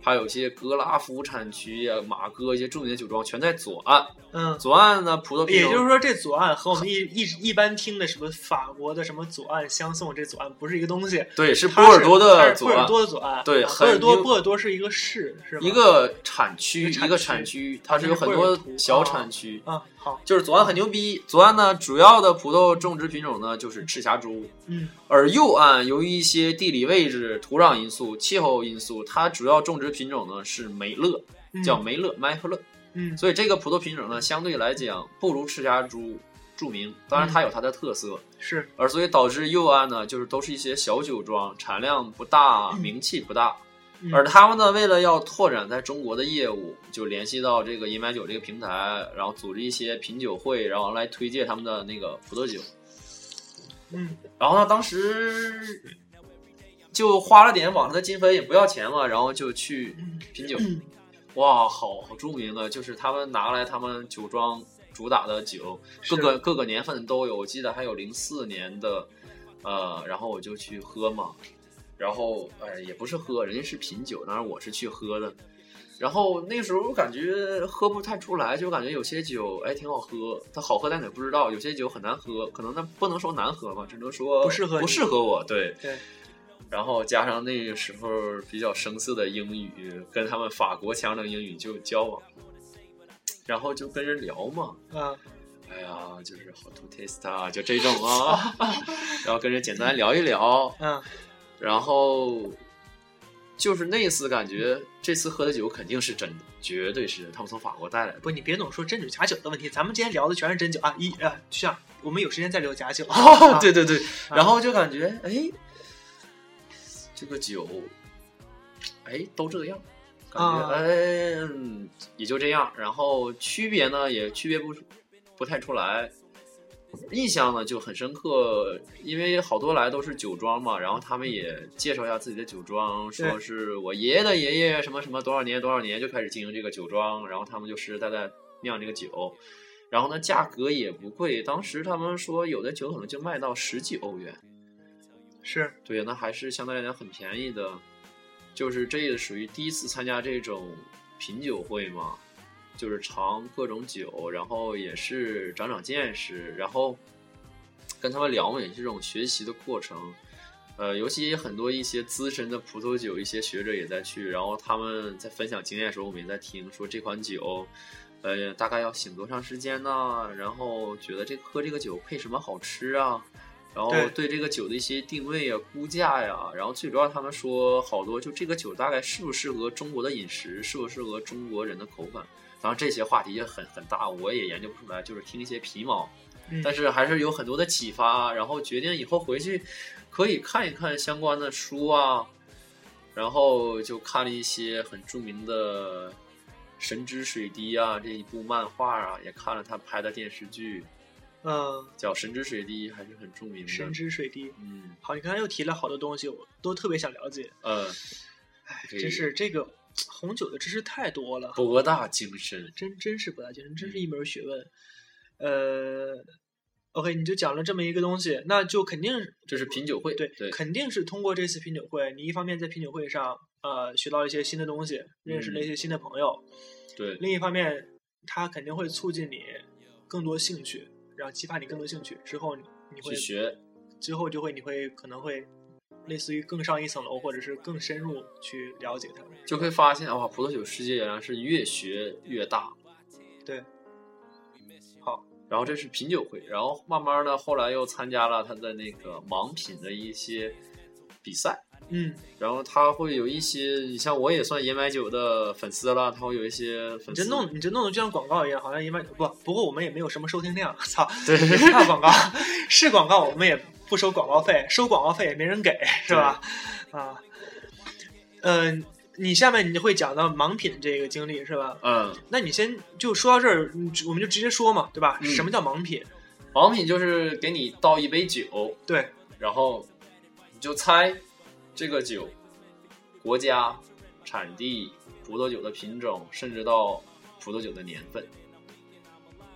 Speaker 3: 还有一些格拉夫产区呀、马哥一些著名的酒庄全在左岸。
Speaker 2: 嗯，
Speaker 3: 左岸呢，葡萄品
Speaker 2: 也
Speaker 3: 种
Speaker 2: 就是说，这左岸和我们一一一般听的什么法国的什么左岸相送，这左岸不是一个东西。
Speaker 3: 对是
Speaker 2: 它
Speaker 3: 波尔多
Speaker 2: 它
Speaker 3: 的
Speaker 2: 是
Speaker 3: 左
Speaker 2: 波尔
Speaker 3: 岸。
Speaker 2: 多的左岸，
Speaker 3: 对
Speaker 2: 啊波
Speaker 3: 很
Speaker 2: 尔多
Speaker 3: 有
Speaker 2: 波尔多是一个市，是吗？
Speaker 3: 一个产区，
Speaker 2: 一个产区
Speaker 3: 一个产区，它是有很
Speaker 2: 波尔
Speaker 3: 多
Speaker 2: 图
Speaker 3: 小
Speaker 2: 啊
Speaker 3: 产区，
Speaker 2: 啊，好，
Speaker 3: 就是左岸很牛逼，左岸呢主要的葡萄种植品种呢就是赤霞珠，
Speaker 2: 嗯
Speaker 3: 而右岸由于一些地理位置、土壤因素、气候因素，它主要种植品种呢是梅勒，
Speaker 2: 嗯
Speaker 3: 叫梅勒麦和勒，
Speaker 2: 嗯
Speaker 3: 所以这个葡萄品种呢相对来讲不如赤霞珠著名，当然它有它的特色，
Speaker 2: 是
Speaker 3: 而所以导致右岸呢就是都是一些小酒庄，产量不大，名气不大。
Speaker 2: 嗯
Speaker 3: 而他们呢，为了要拓展在中国的业务，就联系到这个饮买酒这个平台，然后组织一些品酒会，然后来推介他们的那个葡萄酒。
Speaker 2: 嗯
Speaker 3: 然后呢，当时就花了点网上的经费，也不要钱嘛，然后就去
Speaker 2: 嗯
Speaker 3: 品酒。哇，好好著名啊！就是他们拿来他们酒庄主打的酒，
Speaker 2: 是
Speaker 3: 各个各个年份都有，我记得还有零四年的，呃，然后我就去喝嘛，然后呃也不是喝，人家是品酒，当然我是去喝的。然后那时候感觉喝不太出来，就感觉有些酒哎挺好喝，它好喝在哪儿不知道，有些酒很难喝，可能那不能说难喝吧，只能说
Speaker 2: 不适合你
Speaker 3: 不适合我，对
Speaker 2: 对。
Speaker 3: 然后加上那个时候比较生涩的英语，跟他们法国腔的英语就交往，然后就跟人聊嘛，
Speaker 2: 啊，
Speaker 3: 哎呀，就是 how to taste 啊，就这种啊，然后跟人简单聊一聊，
Speaker 2: 嗯
Speaker 3: 然后就是那次感觉，这次喝的酒肯定是真的，绝对是他们从法国带来的。 *laughs*
Speaker 2: 不，你别总说真酒假酒的问题，咱们今天聊的全是真酒啊！一啊，就像我们有时间再聊假酒。
Speaker 3: 哦
Speaker 2: 啊，
Speaker 3: 对对对，然后就感觉哎，这个酒，哎，都这样，感觉
Speaker 2: 啊
Speaker 3: 哎，嗯也就这样。然后区别呢，也区别不出不太出来。印象呢就很深刻，因为好多来都是酒庄嘛，然后他们也介绍一下自己的酒庄，说
Speaker 2: 对
Speaker 3: 是我爷爷的爷爷什么什么多少年多少年就开始经营这个酒庄，然后他们就实实在在酿这个酒，然后呢，价格也不贵，当时他们说有的酒可能就卖到十几欧元，
Speaker 2: 是
Speaker 3: 对，那还是相对来讲很便宜的。就是这也属于第一次参加这种品酒会嘛，就是尝各种酒，然后也是长长见识，然后跟他们聊嘛，也是这种学习的过程。呃，尤其很多一些资深的葡萄酒一些学者也在去，然后他们在分享经验的时候，我们也在听，说这款酒，呃，大概要醒多长时间呢？然后觉得这喝这个酒配什么好吃啊？然后
Speaker 2: 对
Speaker 3: 对这个酒的一些定位啊、估价呀、然后最主要他们说好多，就这个酒大概适不适合中国的饮食，适不适合中国人的口感。当然这些话题也很很大，我也研究不出来，就是听一些皮毛。
Speaker 2: 嗯
Speaker 3: 但是还是有很多的启发，啊然后决定以后回去可以看一看相关的书啊，然后就看了一些很著名的《神之水滴》啊这一部漫画啊，也看了他拍的电视剧，
Speaker 2: 嗯，
Speaker 3: 叫《神之水滴》，还是很著名的。
Speaker 2: 神之水滴。
Speaker 3: 嗯
Speaker 2: 好，你刚才又提了好多东西，我都特别想了解。哎
Speaker 3: 呃，这
Speaker 2: 真是这个红酒的知识太多了，
Speaker 3: 博大精深。
Speaker 2: 真真是不大精深，真是一门学问。呃，OK，你就讲了这么一个东西，那就肯定
Speaker 3: 这是品酒会，
Speaker 2: 对，
Speaker 3: 对，
Speaker 2: 肯定是通过这次品酒会，你一方面在品酒会上呃学到了一些新的东西，认识了一些新的朋友，
Speaker 3: 对，
Speaker 2: 另一方面，它肯定会促进你更多兴趣，然后激发你更多兴趣，之后你你会
Speaker 3: 去学，
Speaker 2: 之后就会你会可能会类似于更上一层楼，或者是更深入去了解它。
Speaker 3: 就会发现哇，葡萄酒世界原来是越学越大。
Speaker 2: 对，
Speaker 3: 然后这是品酒会，然后慢慢的后来又参加了他的那个盲品的一些比赛，
Speaker 2: 嗯，
Speaker 3: 然后他会有一些，你像我也算野买酒的粉丝了，他会有一些
Speaker 2: 你
Speaker 3: 粉丝
Speaker 2: 这弄你这弄的就像广告一样，好像一般不不过我们也没有什么收听量，操，
Speaker 3: 对
Speaker 2: 也不怕广告， *laughs* 是广告我们也不收广告费，收广告费也没人给，是吧？啊，呃，你下面你会讲到盲品这个经历是吧？
Speaker 3: 嗯，
Speaker 2: 那你先就说到这儿，你我们就直接说嘛，对吧？
Speaker 3: 嗯
Speaker 2: 什么叫盲品？
Speaker 3: 盲品就是给你倒一杯酒，
Speaker 2: 对，
Speaker 3: 然后你就猜这个酒国家、产地、葡萄酒的品种，甚至到葡萄酒的年份，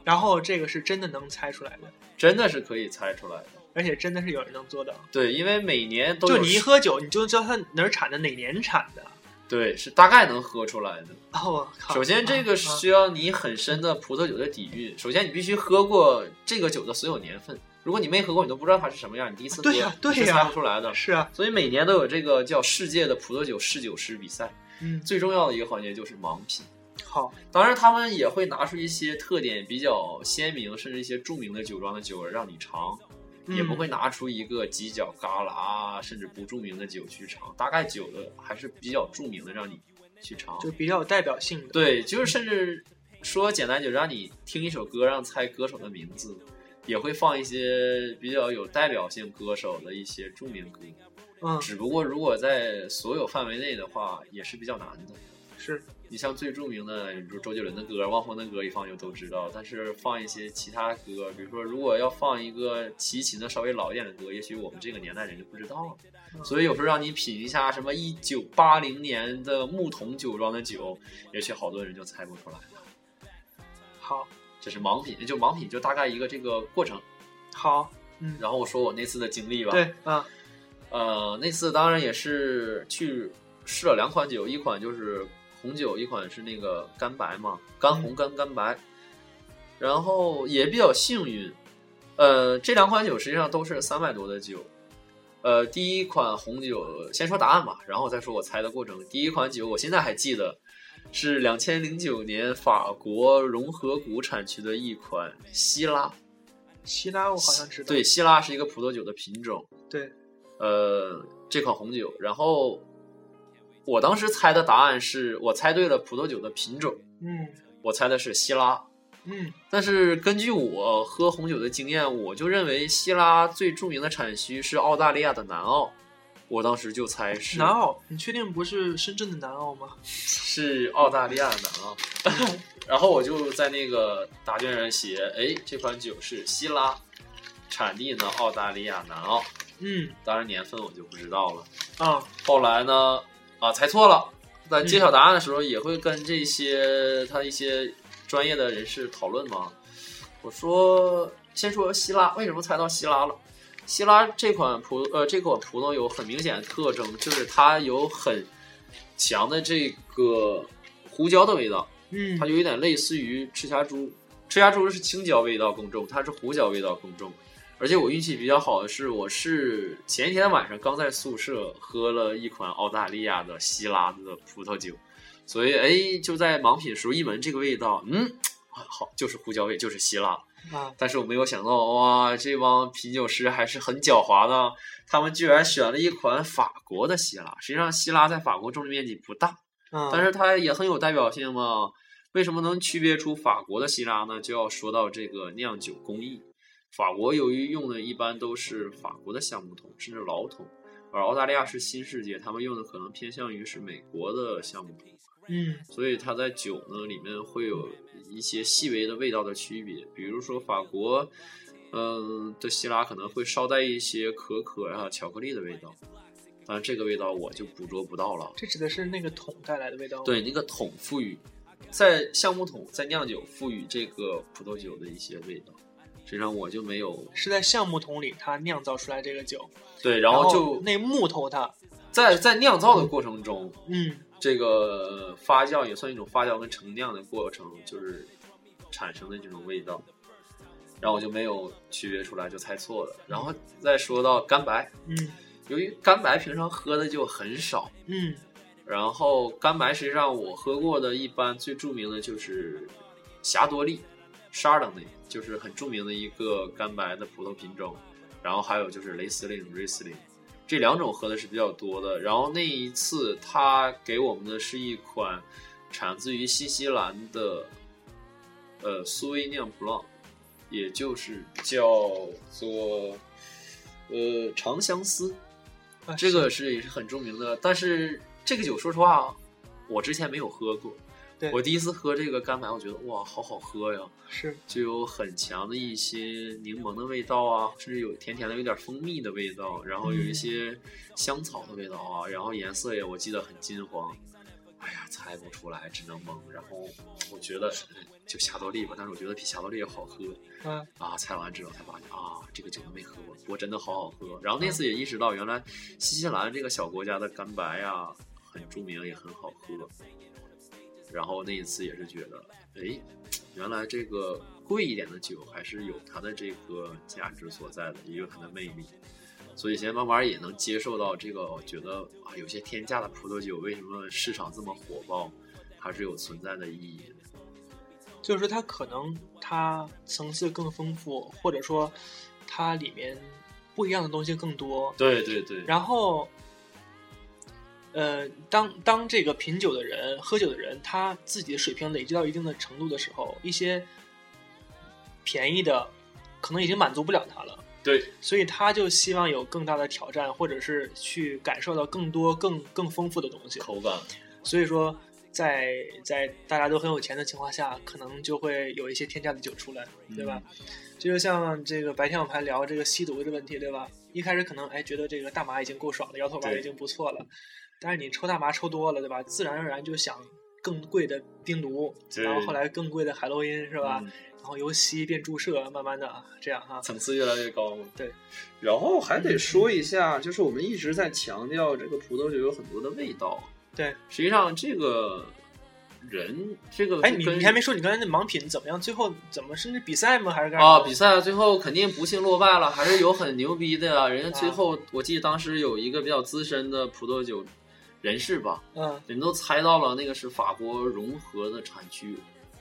Speaker 2: 然后这个是真的能猜出来的，
Speaker 3: 真的是可以猜出来的。
Speaker 2: 而且真的是有人能做到。
Speaker 3: 对，因为每年都
Speaker 2: 就
Speaker 3: 有
Speaker 2: 你一
Speaker 3: 十
Speaker 2: 喝酒，你就知道它哪儿产的，哪年产的。
Speaker 3: 对是大概能喝出来的。
Speaker 2: 哦，我靠！
Speaker 3: 首先，这个
Speaker 2: 啊
Speaker 3: 需要你很深的葡萄酒的底蕴。首先，你必须喝过这个酒的所有年份。如果你没喝过，你都不知道它是什么样，你第一次喝，
Speaker 2: 对呀对呀
Speaker 3: 你是猜不出来的
Speaker 2: 啊。是啊，
Speaker 3: 所以每年都有这个叫世界的葡萄酒试酒师比赛，
Speaker 2: 嗯，
Speaker 3: 最重要的一个环节就是盲品。
Speaker 2: 好，
Speaker 3: 当然，他们也会拿出一些特点比较鲜明，甚至一些著名的酒庄的酒让你尝，
Speaker 2: 嗯
Speaker 3: 也不会拿出一个犄角旮旯啊甚至不著名的酒去尝。大概酒的还是比较著名的，让你去尝。
Speaker 2: 就比较有代表性的。，
Speaker 3: 对，就是甚至说简单，就让你听一首歌，让猜歌手的名字，也会放一些比较有代表性歌手的一些著名歌。
Speaker 2: 嗯，
Speaker 3: 只不过如果在所有范围内的话，也是比较难的。
Speaker 2: 是，
Speaker 3: 你像最著名的，比如周杰伦的歌、汪峰的歌，一放就都知道。但是放一些其他歌，比如说如果要放一个齐秦的稍微老一点的歌，也许我们这个年代人就不知道了。所以有时候让你品一下什么一九八零年的木桶酒庄的酒，也许好多人就猜不出来了。
Speaker 2: 好，
Speaker 3: 这是盲品，就盲品就大概一个这个过程。
Speaker 2: 好，嗯，
Speaker 3: 然后我说我那次的经历吧。
Speaker 2: 对，啊，
Speaker 3: 呃，那次当然也是去试了两款酒，一款就是红酒，一款是那个干白嘛，干红干干白。然后也比较幸运，呃，这两款酒实际上都是三百多的酒。呃，第一款红酒，先说答案吧，然后再说我猜的过程。第一款酒我现在还记得，是两千零九年法国融河谷产区的一款希拉。
Speaker 2: 希拉我好像知道。
Speaker 3: 对，希拉是一个葡萄酒的品种。
Speaker 2: 对，
Speaker 3: 呃，这款红酒，然后我当时猜的答案是我猜对了葡萄酒的品种，
Speaker 2: 嗯
Speaker 3: 我猜的是希拉。
Speaker 2: 嗯
Speaker 3: 但是根据我喝红酒的经验，我就认为希拉最著名的产区是澳大利亚的南澳，我当时就猜是
Speaker 2: 南澳，你确定不是深圳的南澳吗？
Speaker 3: 是澳大利亚的南
Speaker 2: *laughs*
Speaker 3: 澳。然后我就在那个答卷上写，哎，这款酒是希拉，产地呢澳大利亚南澳，
Speaker 2: 嗯
Speaker 3: 当然年份我就不知道了。
Speaker 2: 啊，
Speaker 3: 后来呢，啊，猜错了。在揭晓答案的时候，也会跟这些他一些专业的人士讨论嘛。我说，先说希拉，为什么猜到希拉了？希拉这款葡呃这款葡萄有很明显的特征，就是它有很强的这个胡椒的味道，
Speaker 2: 嗯
Speaker 3: 它，有一点类似于赤霞珠，赤霞珠是青椒味道更重，它是胡椒味道更重。而且我运气比较好的是，我是前一天晚上刚在宿舍喝了一款澳大利亚的希拉的葡萄酒，所以哎，就在盲品时候一闻这个味道，嗯，好，就是胡椒味，就是希拉。
Speaker 2: 啊，
Speaker 3: 但是我没有想到，哇，这帮品酒师还是很狡猾的，他们居然选了一款法国的希拉。实际上，希拉在法国种植面积不大，
Speaker 2: 嗯
Speaker 3: 但是它也很有代表性嘛。为什么能区别出法国的希拉呢？就要说到这个酿酒工艺。法国由于用的一般都是法国的橡木桶，甚至老桶，而澳大利亚是新世界，他们用的可能偏向于是美国的橡木桶，
Speaker 2: 嗯
Speaker 3: 所以它在酒呢里面会有一些细微的味道的区别。比如说法国，嗯的希拉可能会捎带一些可可啊、巧克力的味道，当然这个味道我就捕捉不到了。
Speaker 2: 这指的是那个桶带来的味道吗。
Speaker 3: 对那个桶赋予，在橡木桶在酿酒赋予这个葡萄酒的一些味道。实际上我就没有
Speaker 2: 是在橡木桶里它酿造出来这个酒，
Speaker 3: 对，
Speaker 2: 然
Speaker 3: 然后就
Speaker 2: 那木头它，
Speaker 3: 在在酿造的过程中，
Speaker 2: 嗯
Speaker 3: 这个发酵也算一种发酵跟陈酿的过程，就是产生的这种味道。然后我就没有区别出来，就猜错了。然后再说到干白，
Speaker 2: 嗯
Speaker 3: 由于干白平常喝的就很少，
Speaker 2: 嗯
Speaker 3: 然后干白实际上我喝过的一般最著名的就是霞多丽、沙尔内，就是很著名的一个干白的葡萄品种。然后还有就是雷司令、瑞司令，这两种喝的是比较多的。然后那一次他给我们的是一款产自于新西兰的呃苏维酿布朗，也就是叫做呃长相思，
Speaker 2: 啊
Speaker 3: 这个是也是很著名的。但是这个酒说实话，啊我之前没有喝过
Speaker 2: 对。
Speaker 3: 我第一次喝这个干白，我觉得哇，好好喝呀！
Speaker 2: 是
Speaker 3: 就有很强的一些柠檬的味道啊，甚至有甜甜的、有点蜂蜜的味道，然后有一些香草的味道啊，然后颜色也我记得很金黄。哎呀，猜不出来，只能蒙。然后我觉得嗯就霞多丽吧，但是我觉得比霞多丽要好喝
Speaker 2: 嗯
Speaker 3: 啊。猜完之后才发现啊，这个酒都没喝过，我真的好好喝。然后那次也意识到，原来新西兰这个小国家的干白啊很著名，也很好喝。然后那一次也是觉得，哎，原来这个贵一点的酒还是有它的这个价值所在的，也有它的魅力。所以现在慢慢也能接受到这个，我觉得啊，有些天价的葡萄酒为什么市场这么火爆，它是有存在的意义的。
Speaker 2: 就是它可能它层次更丰富，或者说它里面不一样的东西更多。
Speaker 3: 对对对，
Speaker 2: 然后，呃，当当这个品酒的人、喝酒的人，他自己的水平累积到一定的程度的时候，一些便宜的可能已经满足不了他了，
Speaker 3: 对
Speaker 2: 所以他就希望有更大的挑战，或者是去感受到更多、更更丰富的东西。
Speaker 3: 口感，
Speaker 2: 所以说，在在大家都很有钱的情况下，可能就会有一些天价的酒出来，
Speaker 3: 嗯
Speaker 2: 对吧？这就像这个白天我们还聊这个吸毒的问题，对吧？一开始可能哎觉得这个大麻已经够爽了，摇头丸
Speaker 3: 对
Speaker 2: 已经不错了，但是你抽大麻抽多了，对吧？自然而然就想更贵的冰毒，
Speaker 3: 对
Speaker 2: 然后后来更贵的海洛因，是吧？
Speaker 3: 嗯
Speaker 2: 然后由吸变注射，慢慢的啊这样哈、
Speaker 3: 层次越来越高嘛。
Speaker 2: 对，嗯
Speaker 3: 然后还得说一下，就是我们一直在强调这个葡萄酒有很多的味道，
Speaker 2: 对，
Speaker 3: 实际上这个人这个
Speaker 2: 哎，你
Speaker 3: 跟
Speaker 2: 你还没说你刚才那盲品怎么样？最后怎么甚至比赛吗？还是干
Speaker 3: 啊，
Speaker 2: 啥？
Speaker 3: 比赛最后肯定不幸落败了，还是有很牛逼的呀、人家
Speaker 2: 啊
Speaker 3: 最后，我记得当时有一个比较资深的葡萄酒人士吧，
Speaker 2: 嗯，
Speaker 3: 人都猜到了那个是法国融合的产区，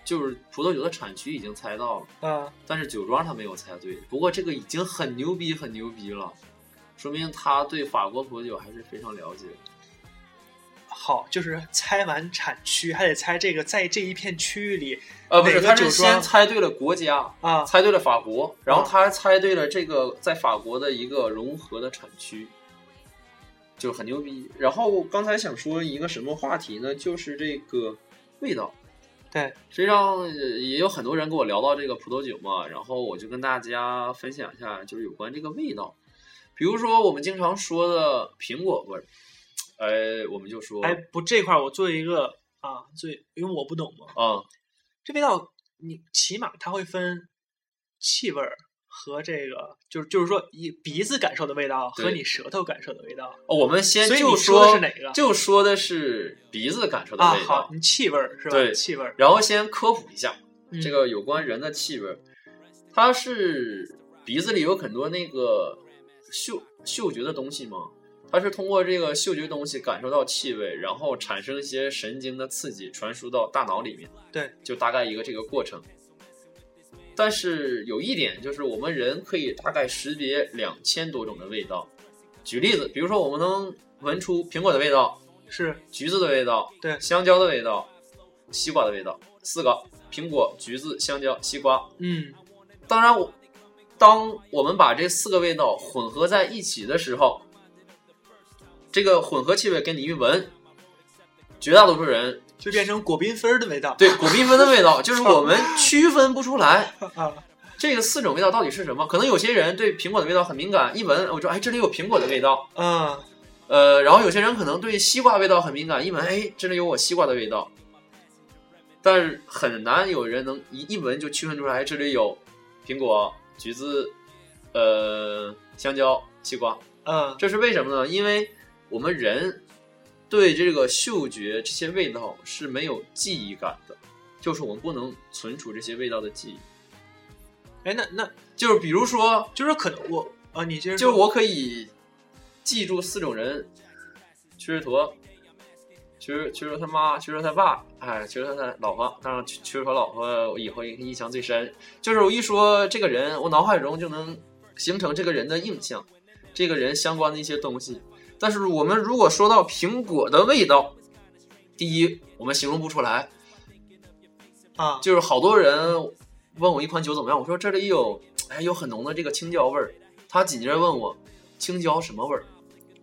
Speaker 3: 就是葡萄酒的产区已经猜到了，
Speaker 2: 啊，
Speaker 3: 但是酒庄他没有猜对。不过这个已经很牛逼，很牛逼了，说明他对法国葡萄酒还是非常了解。
Speaker 2: 好，就是猜完产区，还得猜这个在这一片区域里
Speaker 3: 呃，不是，
Speaker 2: 哪个
Speaker 3: 他
Speaker 2: 酒
Speaker 3: 是
Speaker 2: 庄
Speaker 3: 先猜对了国家，
Speaker 2: 啊，
Speaker 3: 猜对了法国，然后他还猜对了这个在法国的一个融合的产区，就很牛逼。然后刚才想说一个什么话题呢？就是这个味道。
Speaker 2: 对，
Speaker 3: 实际上呃也有很多人跟我聊到这个葡萄酒嘛，然后我就跟大家分享一下，就是有关这个味道。比如说我们经常说的苹果味儿，哎，我们就说，
Speaker 2: 哎，不，这块儿我做一个啊，最因为我不懂嘛，
Speaker 3: 啊、
Speaker 2: 这味道你起码它会分气味儿和这个，就是就是说以鼻子感受的味道和
Speaker 3: 对
Speaker 2: 你舌头感受的味道，
Speaker 3: 哦我们先
Speaker 2: 所以
Speaker 3: 就
Speaker 2: 你说的
Speaker 3: 说
Speaker 2: 是哪个
Speaker 3: 就说的是鼻子感受的
Speaker 2: 啊？
Speaker 3: 味道。
Speaker 2: 好，你气味儿是吧？
Speaker 3: 对
Speaker 2: 气味儿，
Speaker 3: 然后先科普一下，
Speaker 2: 嗯
Speaker 3: 这个有关人的气味儿，它是鼻子里有很多那个嗅嗅觉的东西嘛，它是通过这个嗅觉东西感受到气味，然后产生一些神经的刺激，传输到大脑里面，
Speaker 2: 对，
Speaker 3: 就大概一个这个过程。但是有一点就是，我们人可以大概识别两千多种的味道。举例子，比如说我们能闻出苹果的味道，
Speaker 2: 是
Speaker 3: 橘子的味道，
Speaker 2: 对
Speaker 3: *laughs* 香蕉的味道，西瓜的味道，四个：苹果、橘子、香蕉、西瓜。
Speaker 2: 嗯，
Speaker 3: 当然我，当我们把这四个味道混合在一起的时候，这个混合气味跟你一闻，绝大多数人
Speaker 2: 就变成果缤纷儿的味道。
Speaker 3: 对果缤纷的味道，就是我们区分不出来
Speaker 2: 啊，
Speaker 3: 这个四种味道到底是什么。可能有些人对苹果的味道很敏感，一闻我说哎这里有苹果的味道，
Speaker 2: 嗯，
Speaker 3: 呃，然后有些人可能对西瓜味道很敏感，一闻，哎，这里有我西瓜的味道，但是很难有人能一一闻就区分出来，这里有苹果、橘子、呃，香蕉、西瓜，
Speaker 2: 嗯，
Speaker 3: 这是为什么呢？因为我们人对这个嗅觉这些味道是没有记忆感的，就是我们不能存储这些味道的记忆，
Speaker 2: 哎，那那
Speaker 3: 就是比如说，
Speaker 2: 就是可能我啊，你接着
Speaker 3: 就
Speaker 2: 说
Speaker 3: 是我可以记住四种人：缺石陀、缺缺石他妈、缺石他爸，哎，缺石他老婆。当然，缺缺石他老婆我以后印象最深。就是我一说这个人，我脑海中就能形成这个人的印象。这个人相关的一些东西。但是我们如果说到苹果的味道，第一我们形容不出来，
Speaker 2: 啊，
Speaker 3: 就是好多人问我一款酒怎么样，我说这里有，哎，有很浓的这个青椒味儿。他紧接着问我青椒什么味儿，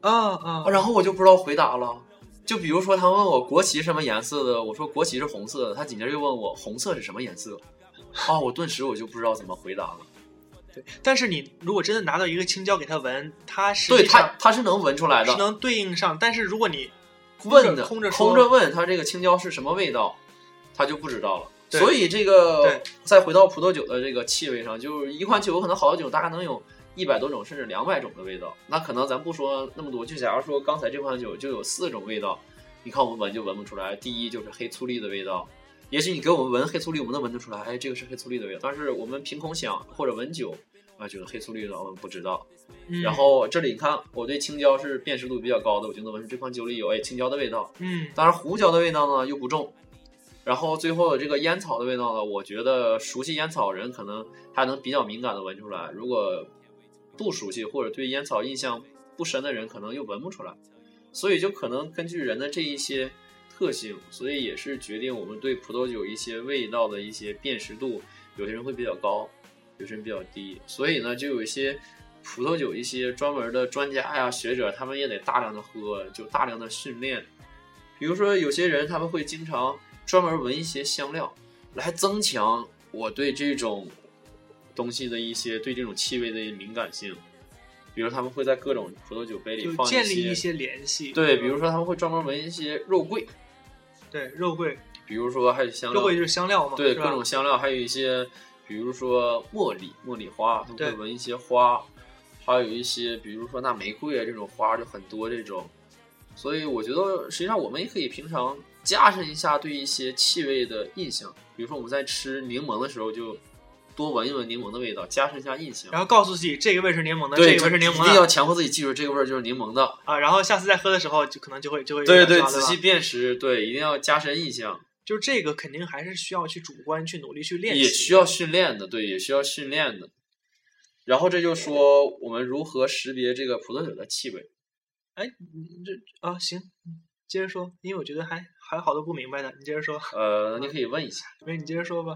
Speaker 2: 啊啊
Speaker 3: 啊然后我就不知道回答了。就比如说他问我国旗什么颜色的，我说国旗是红色的，他紧接着又问我红色是什么颜色，啊，我顿时我就不知道怎么回答了。
Speaker 2: 但是你如果真的拿到一个青椒给他闻，他实
Speaker 3: 对
Speaker 2: 际
Speaker 3: 他
Speaker 2: 上
Speaker 3: 他是能闻出来
Speaker 2: 是
Speaker 3: 的，
Speaker 2: 能对应上。但是如果你
Speaker 3: 问的
Speaker 2: 空着
Speaker 3: 空
Speaker 2: 空
Speaker 3: 着
Speaker 2: 着
Speaker 3: 问他这个青椒是什么味道，他就不知道了。
Speaker 2: 对
Speaker 3: 所以这个
Speaker 2: 对
Speaker 3: 再回到葡萄酒的这个气味上，就是一款酒可能好的酒大概能有一百多种甚至两百种的味道。那可能咱不说那么多，就假如说刚才这款酒就有四种味道，你看我们闻就闻不出来。第一就是黑醋栗的味道，也许你给我们闻黑醋栗，我们能闻得出来，哎，这个是黑醋栗的味道。但是我们凭空想或者闻酒啊，觉得黑醋栗的，我们不知道。
Speaker 2: 嗯
Speaker 3: 然后这里你看，我对青椒是辨识度比较高的，我就能闻出这款酒里有哎青椒的味道。
Speaker 2: 嗯
Speaker 3: 当然胡椒的味道呢又不重，然后最后有这个烟草的味道呢，我觉得熟悉烟草人可能还能比较敏感的闻出来，如果不熟悉或者对烟草印象不深的人，可能又闻不出来。所以就可能根据人的这一些特性，所以也是决定我们对葡萄酒一些味道的一些辨识度，有些人会比较高，有些人比较低。所以呢，就有一些葡萄酒一些专门的专家呀、学者，他们也得大量的喝，就大量的训练。比如说有些人他们会经常专门闻一些香料，来增强我对这种东西的一些对这种气味的敏感性。比如他们会在各种葡萄酒杯里
Speaker 2: 就
Speaker 3: 放
Speaker 2: 建立一些联系。
Speaker 3: 对，比如说他们会专门闻一些肉桂，
Speaker 2: 对肉桂，
Speaker 3: 比如说还有香
Speaker 2: 肉
Speaker 3: 料，
Speaker 2: 桂就是香料嘛，
Speaker 3: 嗯对
Speaker 2: 是
Speaker 3: 各
Speaker 2: 吧
Speaker 3: 种香料，还有一些比如说茉莉、茉莉花，他们会
Speaker 2: 对
Speaker 3: 闻一些花，还有一些比如说那玫瑰啊这种花就很多这种，所以我觉得实际上我们也可以平常加深一下对一些气味的印象，比如说我们在吃柠檬的时候就多闻一闻柠檬的味道，加深一下印象。
Speaker 2: 然后告诉自己这个味儿是柠檬的，
Speaker 3: 对，
Speaker 2: 这个味儿是柠
Speaker 3: 一
Speaker 2: 檬啊
Speaker 3: 定要
Speaker 2: 的
Speaker 3: 强迫自己记住这个味儿就是柠檬的，
Speaker 2: 啊。然后下次再喝的时候，就可能就会就会有
Speaker 3: 对
Speaker 2: 点
Speaker 3: 对，
Speaker 2: 抓
Speaker 3: 仔
Speaker 2: 吧
Speaker 3: 细辨识，对，一定要加深印象。
Speaker 2: 就是这个肯定还是需要去主观去努力去练习，
Speaker 3: 也需要训练的，对，也需要训练的。然后这就说我们如何识别这个葡萄酒的气味。
Speaker 2: 哎，你这啊行，接着说，因为我觉得还还有好多不明白的，你接着说，
Speaker 3: 呃，你可以问一下。
Speaker 2: 没你接着说吧。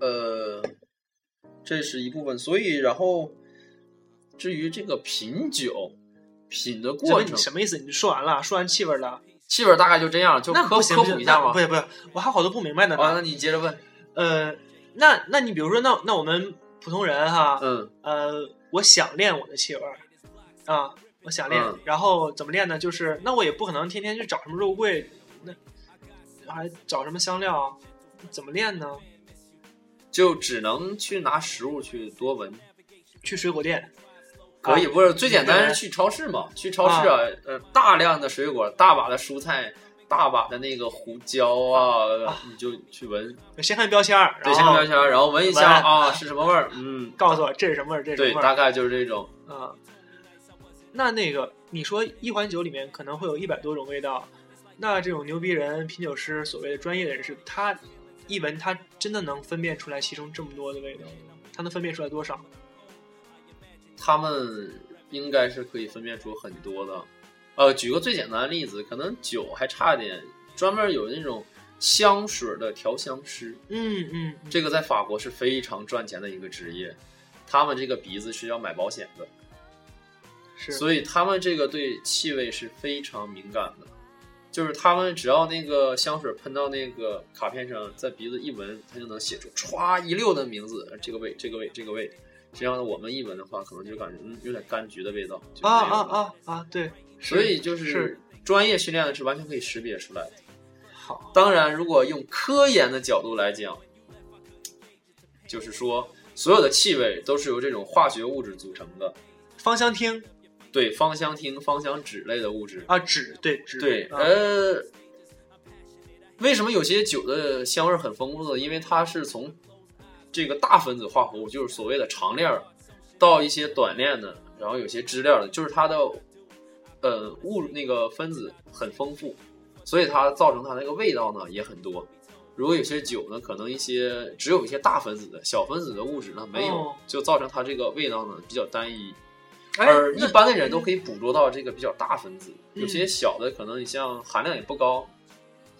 Speaker 3: 呃，这是一部分。所以，然后至于这个品酒品的过
Speaker 2: 什么
Speaker 3: 程
Speaker 2: 你，什么意思？你说完了，说完气味了，
Speaker 3: 气味大概就这样，就
Speaker 2: 那
Speaker 3: 科
Speaker 2: 不行，
Speaker 3: 科
Speaker 2: 不
Speaker 3: 普
Speaker 2: 行
Speaker 3: 一下
Speaker 2: 那
Speaker 3: 嘛。
Speaker 2: 不是不是，我还有好多不明白的
Speaker 3: 啊，
Speaker 2: 呢。
Speaker 3: 那你接着问。
Speaker 2: 呃，那那你比如说，那那我们普通人哈，
Speaker 3: 嗯，
Speaker 2: 呃，我想练我的气味儿啊，我想练，
Speaker 3: 嗯
Speaker 2: 然后怎么练呢？就是那我也不可能天天去找什么肉桂，那还找什么香料，怎么练呢？
Speaker 3: 就只能去拿食物去多闻。
Speaker 2: 去水果店，
Speaker 3: 可以，
Speaker 2: 啊
Speaker 3: 不是最简单
Speaker 2: 对
Speaker 3: 是去超市嘛？去超市啊，呃，大量的水果，大把的蔬菜，大把的那个胡椒啊
Speaker 2: 啊，
Speaker 3: 你就去闻，
Speaker 2: 先看标签儿，
Speaker 3: 对，
Speaker 2: 然
Speaker 3: 先看标
Speaker 2: 后
Speaker 3: 签儿，然后闻一下
Speaker 2: 闻
Speaker 3: 啊是什么味儿，嗯，
Speaker 2: 告诉我这是什么味儿，这是
Speaker 3: 对，
Speaker 2: 什么味儿
Speaker 3: 大概就是这种。
Speaker 2: 啊。那那个你说一款酒里面可能会有一百多种味道，那这种牛逼人、品酒师、所谓的专业人士，他一闻他真的能分辨出来其中这么多的味道吗，他能分辨出来多少？
Speaker 3: 他们应该是可以分辨出很多的。呃，举个最简单的例子，可能酒还差点，专门有那种香水的调香师，
Speaker 2: 嗯嗯，嗯
Speaker 3: 这个在法国是非常赚钱的一个职业，他们这个鼻子是要买保险的。
Speaker 2: 是
Speaker 3: 所以他们这个对气味是非常敏感的，就是他们只要那个香水喷到那个卡片上，在鼻子一闻，他就能写出歘一溜的名字，呃这个味，这个味，这个味。这样我们一闻的话，可能就感觉嗯有点柑橘的味道，就
Speaker 2: 啊
Speaker 3: 那
Speaker 2: 啊
Speaker 3: 样的！
Speaker 2: 啊啊，对，
Speaker 3: 所以就是专业训练的是完全可以识别出来的。
Speaker 2: 好，
Speaker 3: 当然，如果用科研的角度来讲，就是说所有的气味都是由这种化学物质组成的，
Speaker 2: 芳香烃
Speaker 3: 对芳香烃、芳香酯类的物质。
Speaker 2: 啊，纸对纸
Speaker 3: 对，
Speaker 2: 啊
Speaker 3: 呃，为什么有些酒的香味儿很丰富呢？因为它是从这个大分子化合物，就是所谓的长链儿，到一些短链的，然后有些支链儿的，就是它的呃物那个分子很丰富，所以它造成它那个味道呢也很多。如果有些酒呢，可能一些只有一些大分子的小分子的物质呢没有，
Speaker 2: 哦
Speaker 3: 就造成它这个味道呢比较单一。
Speaker 2: 哎
Speaker 3: 而一
Speaker 2: 那
Speaker 3: 般的人都可以捕捉到这个比较大分子，
Speaker 2: 嗯
Speaker 3: 有些小的可能你像含量也不高，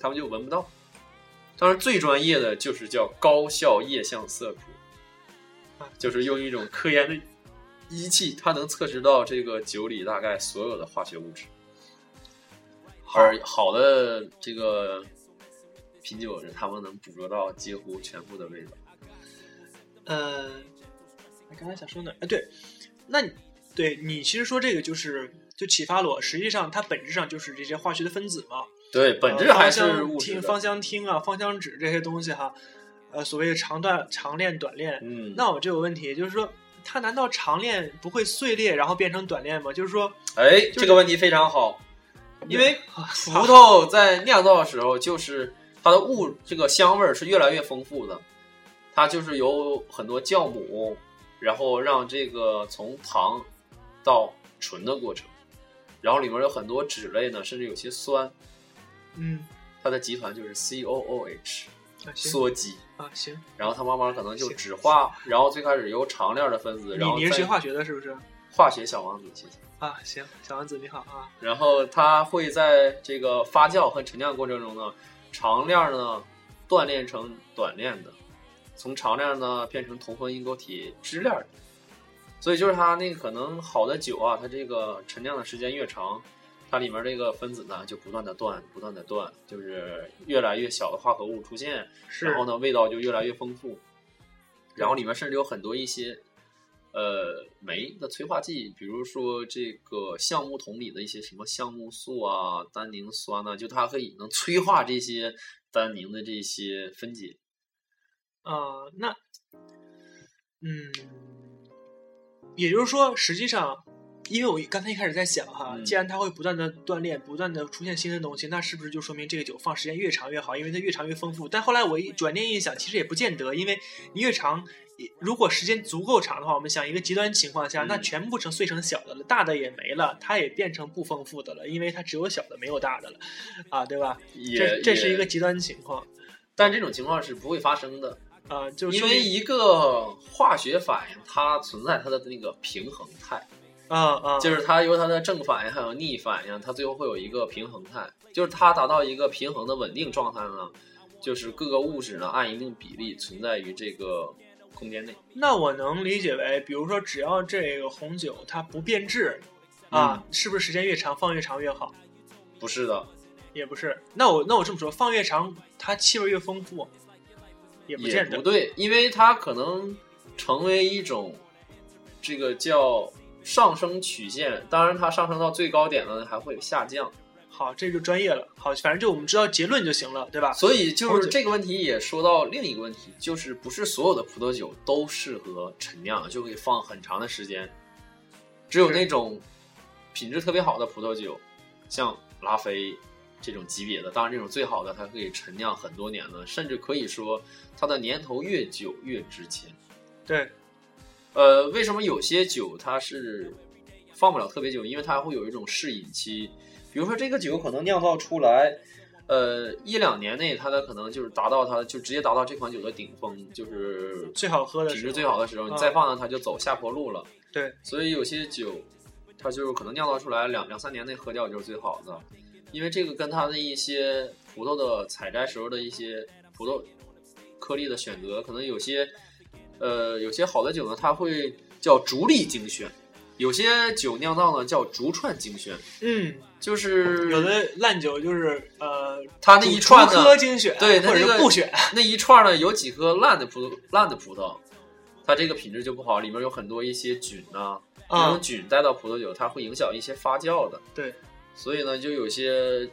Speaker 3: 他们就闻不到。当然，最专业的就是叫高效液相色谱，啊就是用一种科研的仪器，它能测试到这个酒里大概所有的化学物质。而好的这个品酒人，他们能捕捉到几乎全部的味道。
Speaker 2: 呃，哎刚才想说哪儿？哎，对，那你对你其实说这个就是就启发了我，实际上它本质上就是这些化学的分子嘛，
Speaker 3: 对，本质
Speaker 2: 呃
Speaker 3: 还
Speaker 2: 芳
Speaker 3: 是
Speaker 2: 香
Speaker 3: 物质
Speaker 2: 烃、
Speaker 3: 的。
Speaker 2: 芳香烃啊、芳香酯这些东西哈，呃，所谓长段、长链、短链，
Speaker 3: 嗯，
Speaker 2: 那我就有问题，就是说，它难道长链不会碎裂，然后变成短链吗？就是说，
Speaker 3: 哎，
Speaker 2: 是
Speaker 3: 这个问题非常好，因为葡
Speaker 2: 葡
Speaker 3: 萄在酿造的时候，就是它的物这个香味儿是越来越丰富的，它就是由很多酵母，然后让这个从糖到醇的过程，然后里面有很多酯类呢，甚至有些酸，
Speaker 2: 嗯，
Speaker 3: 它的集团就是 COOH
Speaker 2: 啊行
Speaker 3: 羧基。
Speaker 2: 啊行，
Speaker 3: 然后它慢慢可能就酯化，然后最开始由长链的分子，
Speaker 2: 你
Speaker 3: 然后
Speaker 2: 你是
Speaker 3: 再
Speaker 2: 学化学的，是不是？
Speaker 3: 化学小王子，谢谢。
Speaker 2: 啊行，小王子你好啊，
Speaker 3: 然后它会在这个发酵和陈酿过程中呢，长链呢锻炼成短链的，从长链呢变成同分异构体支链的。所以就是它那个可能好的酒啊，它这个陈酿的时间越长，它里面这个分子呢就不断的断，不断的断，就是越来越小的化合物出现，
Speaker 2: 是
Speaker 3: 然后呢，味道就越来越丰富。然后里面甚至有很多一些呃酶的催化剂，比如说这个橡木桶里的一些什么橡木素啊、单宁酸呐、就它可以能催化这些单宁的这些分解。
Speaker 2: 啊，那，嗯，也就是说，实际上，因为我一刚才一开始在想哈，
Speaker 3: 嗯
Speaker 2: 既然它会不断的锻炼，不断的出现新的东西，那是不是就说明这个酒放时间越长越好，因为它越长越丰富？但后来我一转念一想，其实也不见得，因为你越长。也如果时间足够长的话，我们想一个极端情况下，那
Speaker 3: 嗯
Speaker 2: 全部成碎成小的了，大的也没了，它也变成不丰富的了，因为它只有小的没有大的了，啊，对吧？
Speaker 3: 也
Speaker 2: 这这是一，个
Speaker 3: 也
Speaker 2: 极端情况，
Speaker 3: 但这种情况是不会发生的，
Speaker 2: 啊，就
Speaker 3: 因
Speaker 2: 说
Speaker 3: 为
Speaker 2: 明
Speaker 3: 一个化学反应它存在它的那个平衡态。
Speaker 2: 啊啊，
Speaker 3: 就是它由它的正反应还有逆反应，它最后会有一个平衡态，就是它达到一个平衡的稳定状态呢，就是各个物质呢按一定比例存在于这个空间内。
Speaker 2: 那我能理解为，比如说，只要这个红酒它不变质，啊，
Speaker 3: 嗯
Speaker 2: 是不是时间越长放越长越好？
Speaker 3: 不是的，
Speaker 2: 也不是。那我那我这么说，放越长它气味越丰富，也不
Speaker 3: 也
Speaker 2: 见
Speaker 3: 不
Speaker 2: 得。
Speaker 3: 对，因为它可能成为一种这个叫上升曲线，当然它上升到最高点呢还会有下降，
Speaker 2: 好，这就专业了。好，反正就我们知道结论就行了，对吧？
Speaker 3: 所以就
Speaker 2: 红
Speaker 3: 是
Speaker 2: 酒
Speaker 3: 这个问题也说到另一个问题，就是不是所有的葡萄酒都适合陈酿，就可以放很长的时间。只有
Speaker 2: 是
Speaker 3: 那种品质特别好的葡萄酒，像拉菲这种级别的，当然这种最好的，它可以陈酿很多年的，甚至可以说它的年头越久越值钱。
Speaker 2: 对，
Speaker 3: 呃，为什么有些酒它是放不了特别久？因为它会有一种适饮期，比如说这个酒可能酿造出来，呃，一两年内它的可能就是达到它就直接达到这款酒的顶峰，就是
Speaker 2: 最好喝的
Speaker 3: 品
Speaker 2: 时候嗯
Speaker 3: 质最好的时候，你再放呢它就走下坡路了。
Speaker 2: 对，
Speaker 3: 所以有些酒它就是可能酿造出来两两三年内喝掉就是最好的，因为这个跟它的一些葡萄的采摘时候的一些葡萄颗粒的选择，可能有些呃有些好的酒呢，它会叫逐粒精选，有些酒酿造呢叫逐串精选，
Speaker 2: 嗯，
Speaker 3: 就是
Speaker 2: 有的烂酒就是呃，
Speaker 3: 它那一串
Speaker 2: 主
Speaker 3: 呢，
Speaker 2: 科精选，
Speaker 3: 对它
Speaker 2: 或者
Speaker 3: 这个
Speaker 2: 是不选，
Speaker 3: 那一串呢有几颗烂的葡萄烂的葡萄，它这个品质就不好，里面有很多一些菌呐、这
Speaker 2: 啊
Speaker 3: 种，菌带到葡萄酒，它会影响一些发酵的。
Speaker 2: 对，
Speaker 3: 所以呢，就有些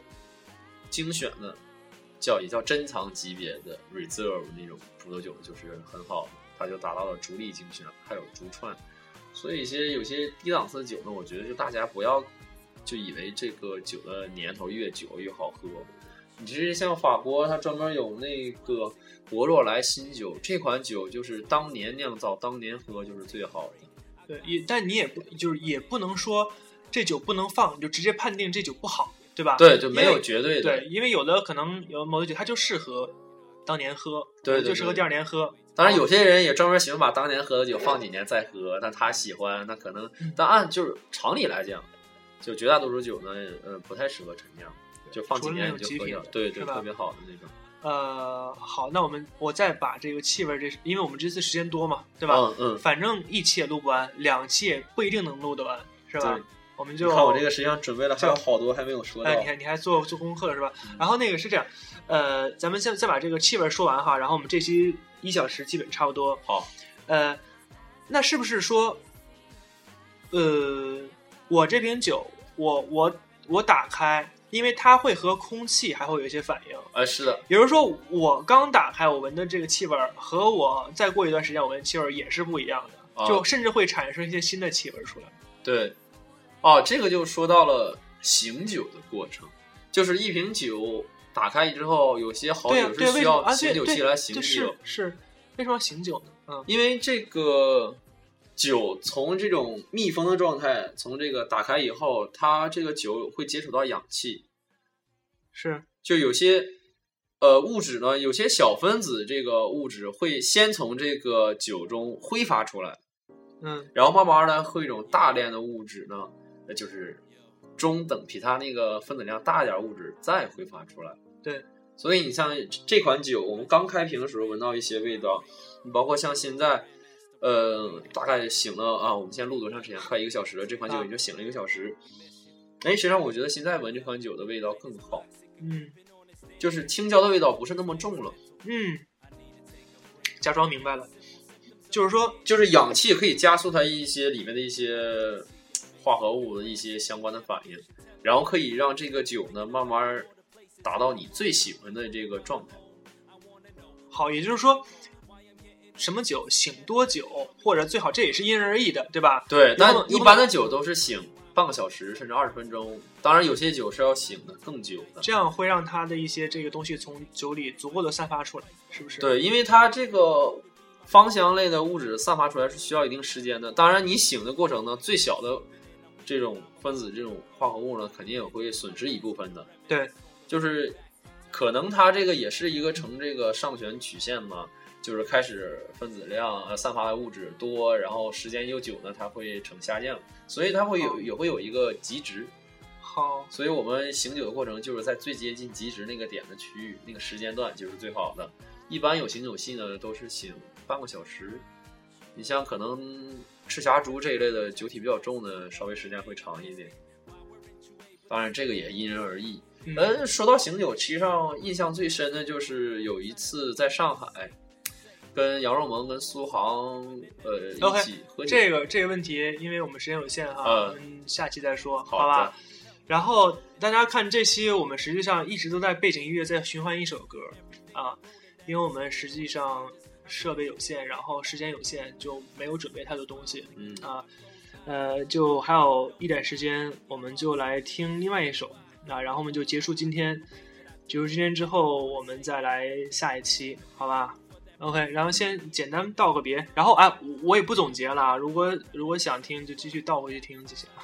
Speaker 3: 精选的，叫也叫珍藏级别的 reserve 那种葡萄酒，就是很好，它就达到了逐粒精选，还有逐串。所以一些有些低档次的酒呢，我觉得就大家不要就以为这个酒的年头越久越好喝。你其实像法国，它专门有那个博若莱新酒，这款酒就是当年酿造、当年喝就是最好的。
Speaker 2: 对，也但你也不就是也不能说这酒不能放，你就直接判定这酒不好，对吧？
Speaker 3: 对，就
Speaker 2: 啊
Speaker 3: 没
Speaker 2: 因为
Speaker 3: 有绝对的。
Speaker 2: 对，因为有的可能有某的酒它就适合当年喝，呃
Speaker 3: 对对
Speaker 2: 就适合
Speaker 3: 对
Speaker 2: 第二年喝。
Speaker 3: 当然，有些人也专门喜欢把当年喝的酒放几年再喝，但他喜欢，那可能，
Speaker 2: 嗯
Speaker 3: 但按就是常理来讲，就绝大多数酒呢，呃，不太适合陈酿，就放几
Speaker 2: 除了那
Speaker 3: 年
Speaker 2: 种
Speaker 3: 你就
Speaker 2: 极
Speaker 3: 喝
Speaker 2: 品
Speaker 3: 掉
Speaker 2: 的，
Speaker 3: 对对，
Speaker 2: 是吧
Speaker 3: 特别好的那种，
Speaker 2: 呃，好，那我们我再把这个气味儿这，因为我们这次时间多嘛，对吧？
Speaker 3: 嗯嗯，
Speaker 2: 反正一期也录不完，两期也不一定能录得完，是吧
Speaker 3: 对？
Speaker 2: 我们
Speaker 3: 你
Speaker 2: 就
Speaker 3: 看我这个实际上准备了还有
Speaker 2: 就
Speaker 3: 好多还没有说到
Speaker 2: 哎，，你看你还做做功课了是吧？然后那个是这样，呃，咱们先再把这个气味说完哈，然后我们这期一小时基本差不多。
Speaker 3: 好，
Speaker 2: 呃，那是不是说，呃，我这瓶酒，我我我打开，因为它会和空气还会有一些反应。
Speaker 3: 哎，是的，
Speaker 2: 也就是说，我刚打开我闻的这个气味儿，和我再过一段时间我闻的气味儿也是不一样的，
Speaker 3: 啊
Speaker 2: 就甚至会产生一些新的气味儿出来。
Speaker 3: 对，哦，这个就说到了醒酒的过程，就是一瓶酒打开之后，哦有些好
Speaker 2: 对呀、
Speaker 3: 酒
Speaker 2: 对
Speaker 3: 是
Speaker 2: 啊，为什
Speaker 3: 需
Speaker 2: 么
Speaker 3: 要
Speaker 2: 啊？
Speaker 3: 醒
Speaker 2: 对
Speaker 3: 酒
Speaker 2: 对，
Speaker 3: 器来醒酒
Speaker 2: 就是，是，为什么要醒酒呢？嗯，
Speaker 3: 因为这个酒从这种密封的状态，从这个打开以后，它这个酒会接触到氧气，
Speaker 2: 是
Speaker 3: 就有些呃物质呢，有些小分子这个物质会先从这个酒中挥发出来，
Speaker 2: 嗯
Speaker 3: 然后慢慢呢会有一种大量的物质呢，呃就是中等比它那个分子量大一点儿物质再挥发出来。
Speaker 2: 对，
Speaker 3: 所以你像这款酒，我们刚开瓶的时候闻到一些味道，你包括像现在，呃，大概醒了啊，我们现在录多长时间？快一个小时了，这款酒
Speaker 2: 啊
Speaker 3: 也就醒了一个小时。哎，实际上我觉得现在闻这款酒的味道更好，
Speaker 2: 嗯
Speaker 3: 就是青椒的味道不是那么重了，
Speaker 2: 嗯，假装明白了，就是说，
Speaker 3: 就是氧气可以加速它一些里面的一些化合物的一些相关的反应，然后可以让这个酒呢慢慢达到你最喜欢的这个状态。
Speaker 2: 好，也就是说，什么酒醒多久，或者最好这也是因人而异的，对吧？
Speaker 3: 对，但
Speaker 2: 有可能
Speaker 3: 一般的酒都是醒半个小时甚至二十分钟，当然有些酒是要醒的更久的。
Speaker 2: 这样会让它的一些这个东西从酒里足够的散发出来，是不是？，
Speaker 3: 对，因为它这个芳香类的物质散发出来是需要一定时间的。当然，你醒的过程呢，最小的这种分子、这种化合物呢，肯定也会损失一部分的。
Speaker 2: 对，
Speaker 3: 就是可能它这个也是一个呈这个上旋曲线嘛，就是开始分子量呃散发的物质多，然后时间又久呢，它会呈下降，所以它会有
Speaker 2: 哦
Speaker 3: 也会有一个极值。
Speaker 2: 好，
Speaker 3: 所以我们醒酒的过程就是在最接近极值那个点的区域，那个时间段就是最好的。一般有醒酒器呢，都是醒半个小时。你像可能赤霞珠这一类的酒体比较重的，稍微时间会长一点。当然，这个也因人而异。
Speaker 2: 嗯
Speaker 3: 嗯，说到醒酒，其实上印象最深的就是有一次在上海，跟杨若萌、跟苏杭呃
Speaker 2: OK，
Speaker 3: 一起喝酒。
Speaker 2: 这个这个问题，因为我们时间有限哈，
Speaker 3: 嗯
Speaker 2: 我们下期再说，
Speaker 3: 好
Speaker 2: 好吧
Speaker 3: 的？
Speaker 2: 然后大家看这期，我们实际上一直都在背景音乐在循环一首歌啊，因为我们实际上设备有限，然后时间有限，就没有准备太多东西
Speaker 3: 嗯，
Speaker 2: 啊。呃，就还有一点时间，我们就来听另外一首啊，然后我们就结束今天。结束今天之后，我们再来下一期，好吧？OK，然后先简单道个别，然后哎，我我也不总结了啊，如果如果想听就继续倒回去听就行了。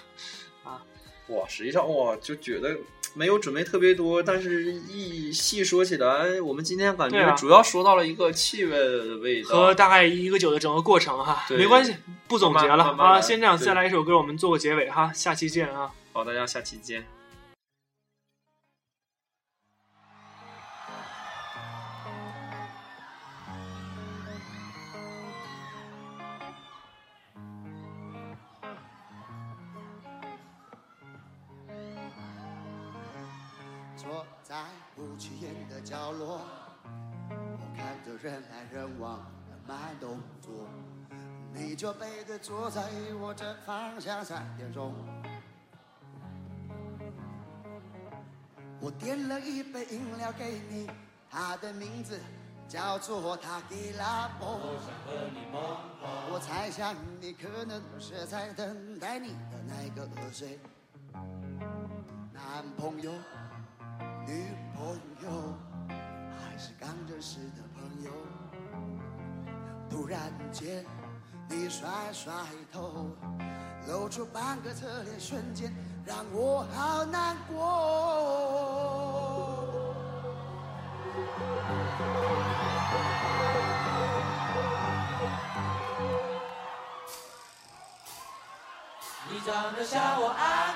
Speaker 3: 哇，实际上哇，就觉得没有准备特别多，但是一细说起来，我们今天感
Speaker 2: 对
Speaker 3: 觉
Speaker 2: 啊
Speaker 3: 主要说到了一个气味的味道。
Speaker 2: 和大概一个酒的整个过程哈，
Speaker 3: 对
Speaker 2: 没关系，不总结了
Speaker 3: 慢慢慢慢
Speaker 2: 啊，
Speaker 3: 来
Speaker 2: 先这样，
Speaker 3: 对
Speaker 2: 再来一首歌，我们做个结尾哈，下期见啊。
Speaker 3: 好，大家下期见。
Speaker 4: 坐在不起眼的角落，我看着人来人往的慢动作，你就背对坐在我这方向三点钟。我点了一杯饮料给你，它的名字叫做塔吉拉波。我猜想你可能是在等待你的那个谁，男朋友。女朋友，还是刚认识的朋友。突然间，你甩甩头，露出半个侧脸，瞬间让我好难过。
Speaker 5: 长得像我爱。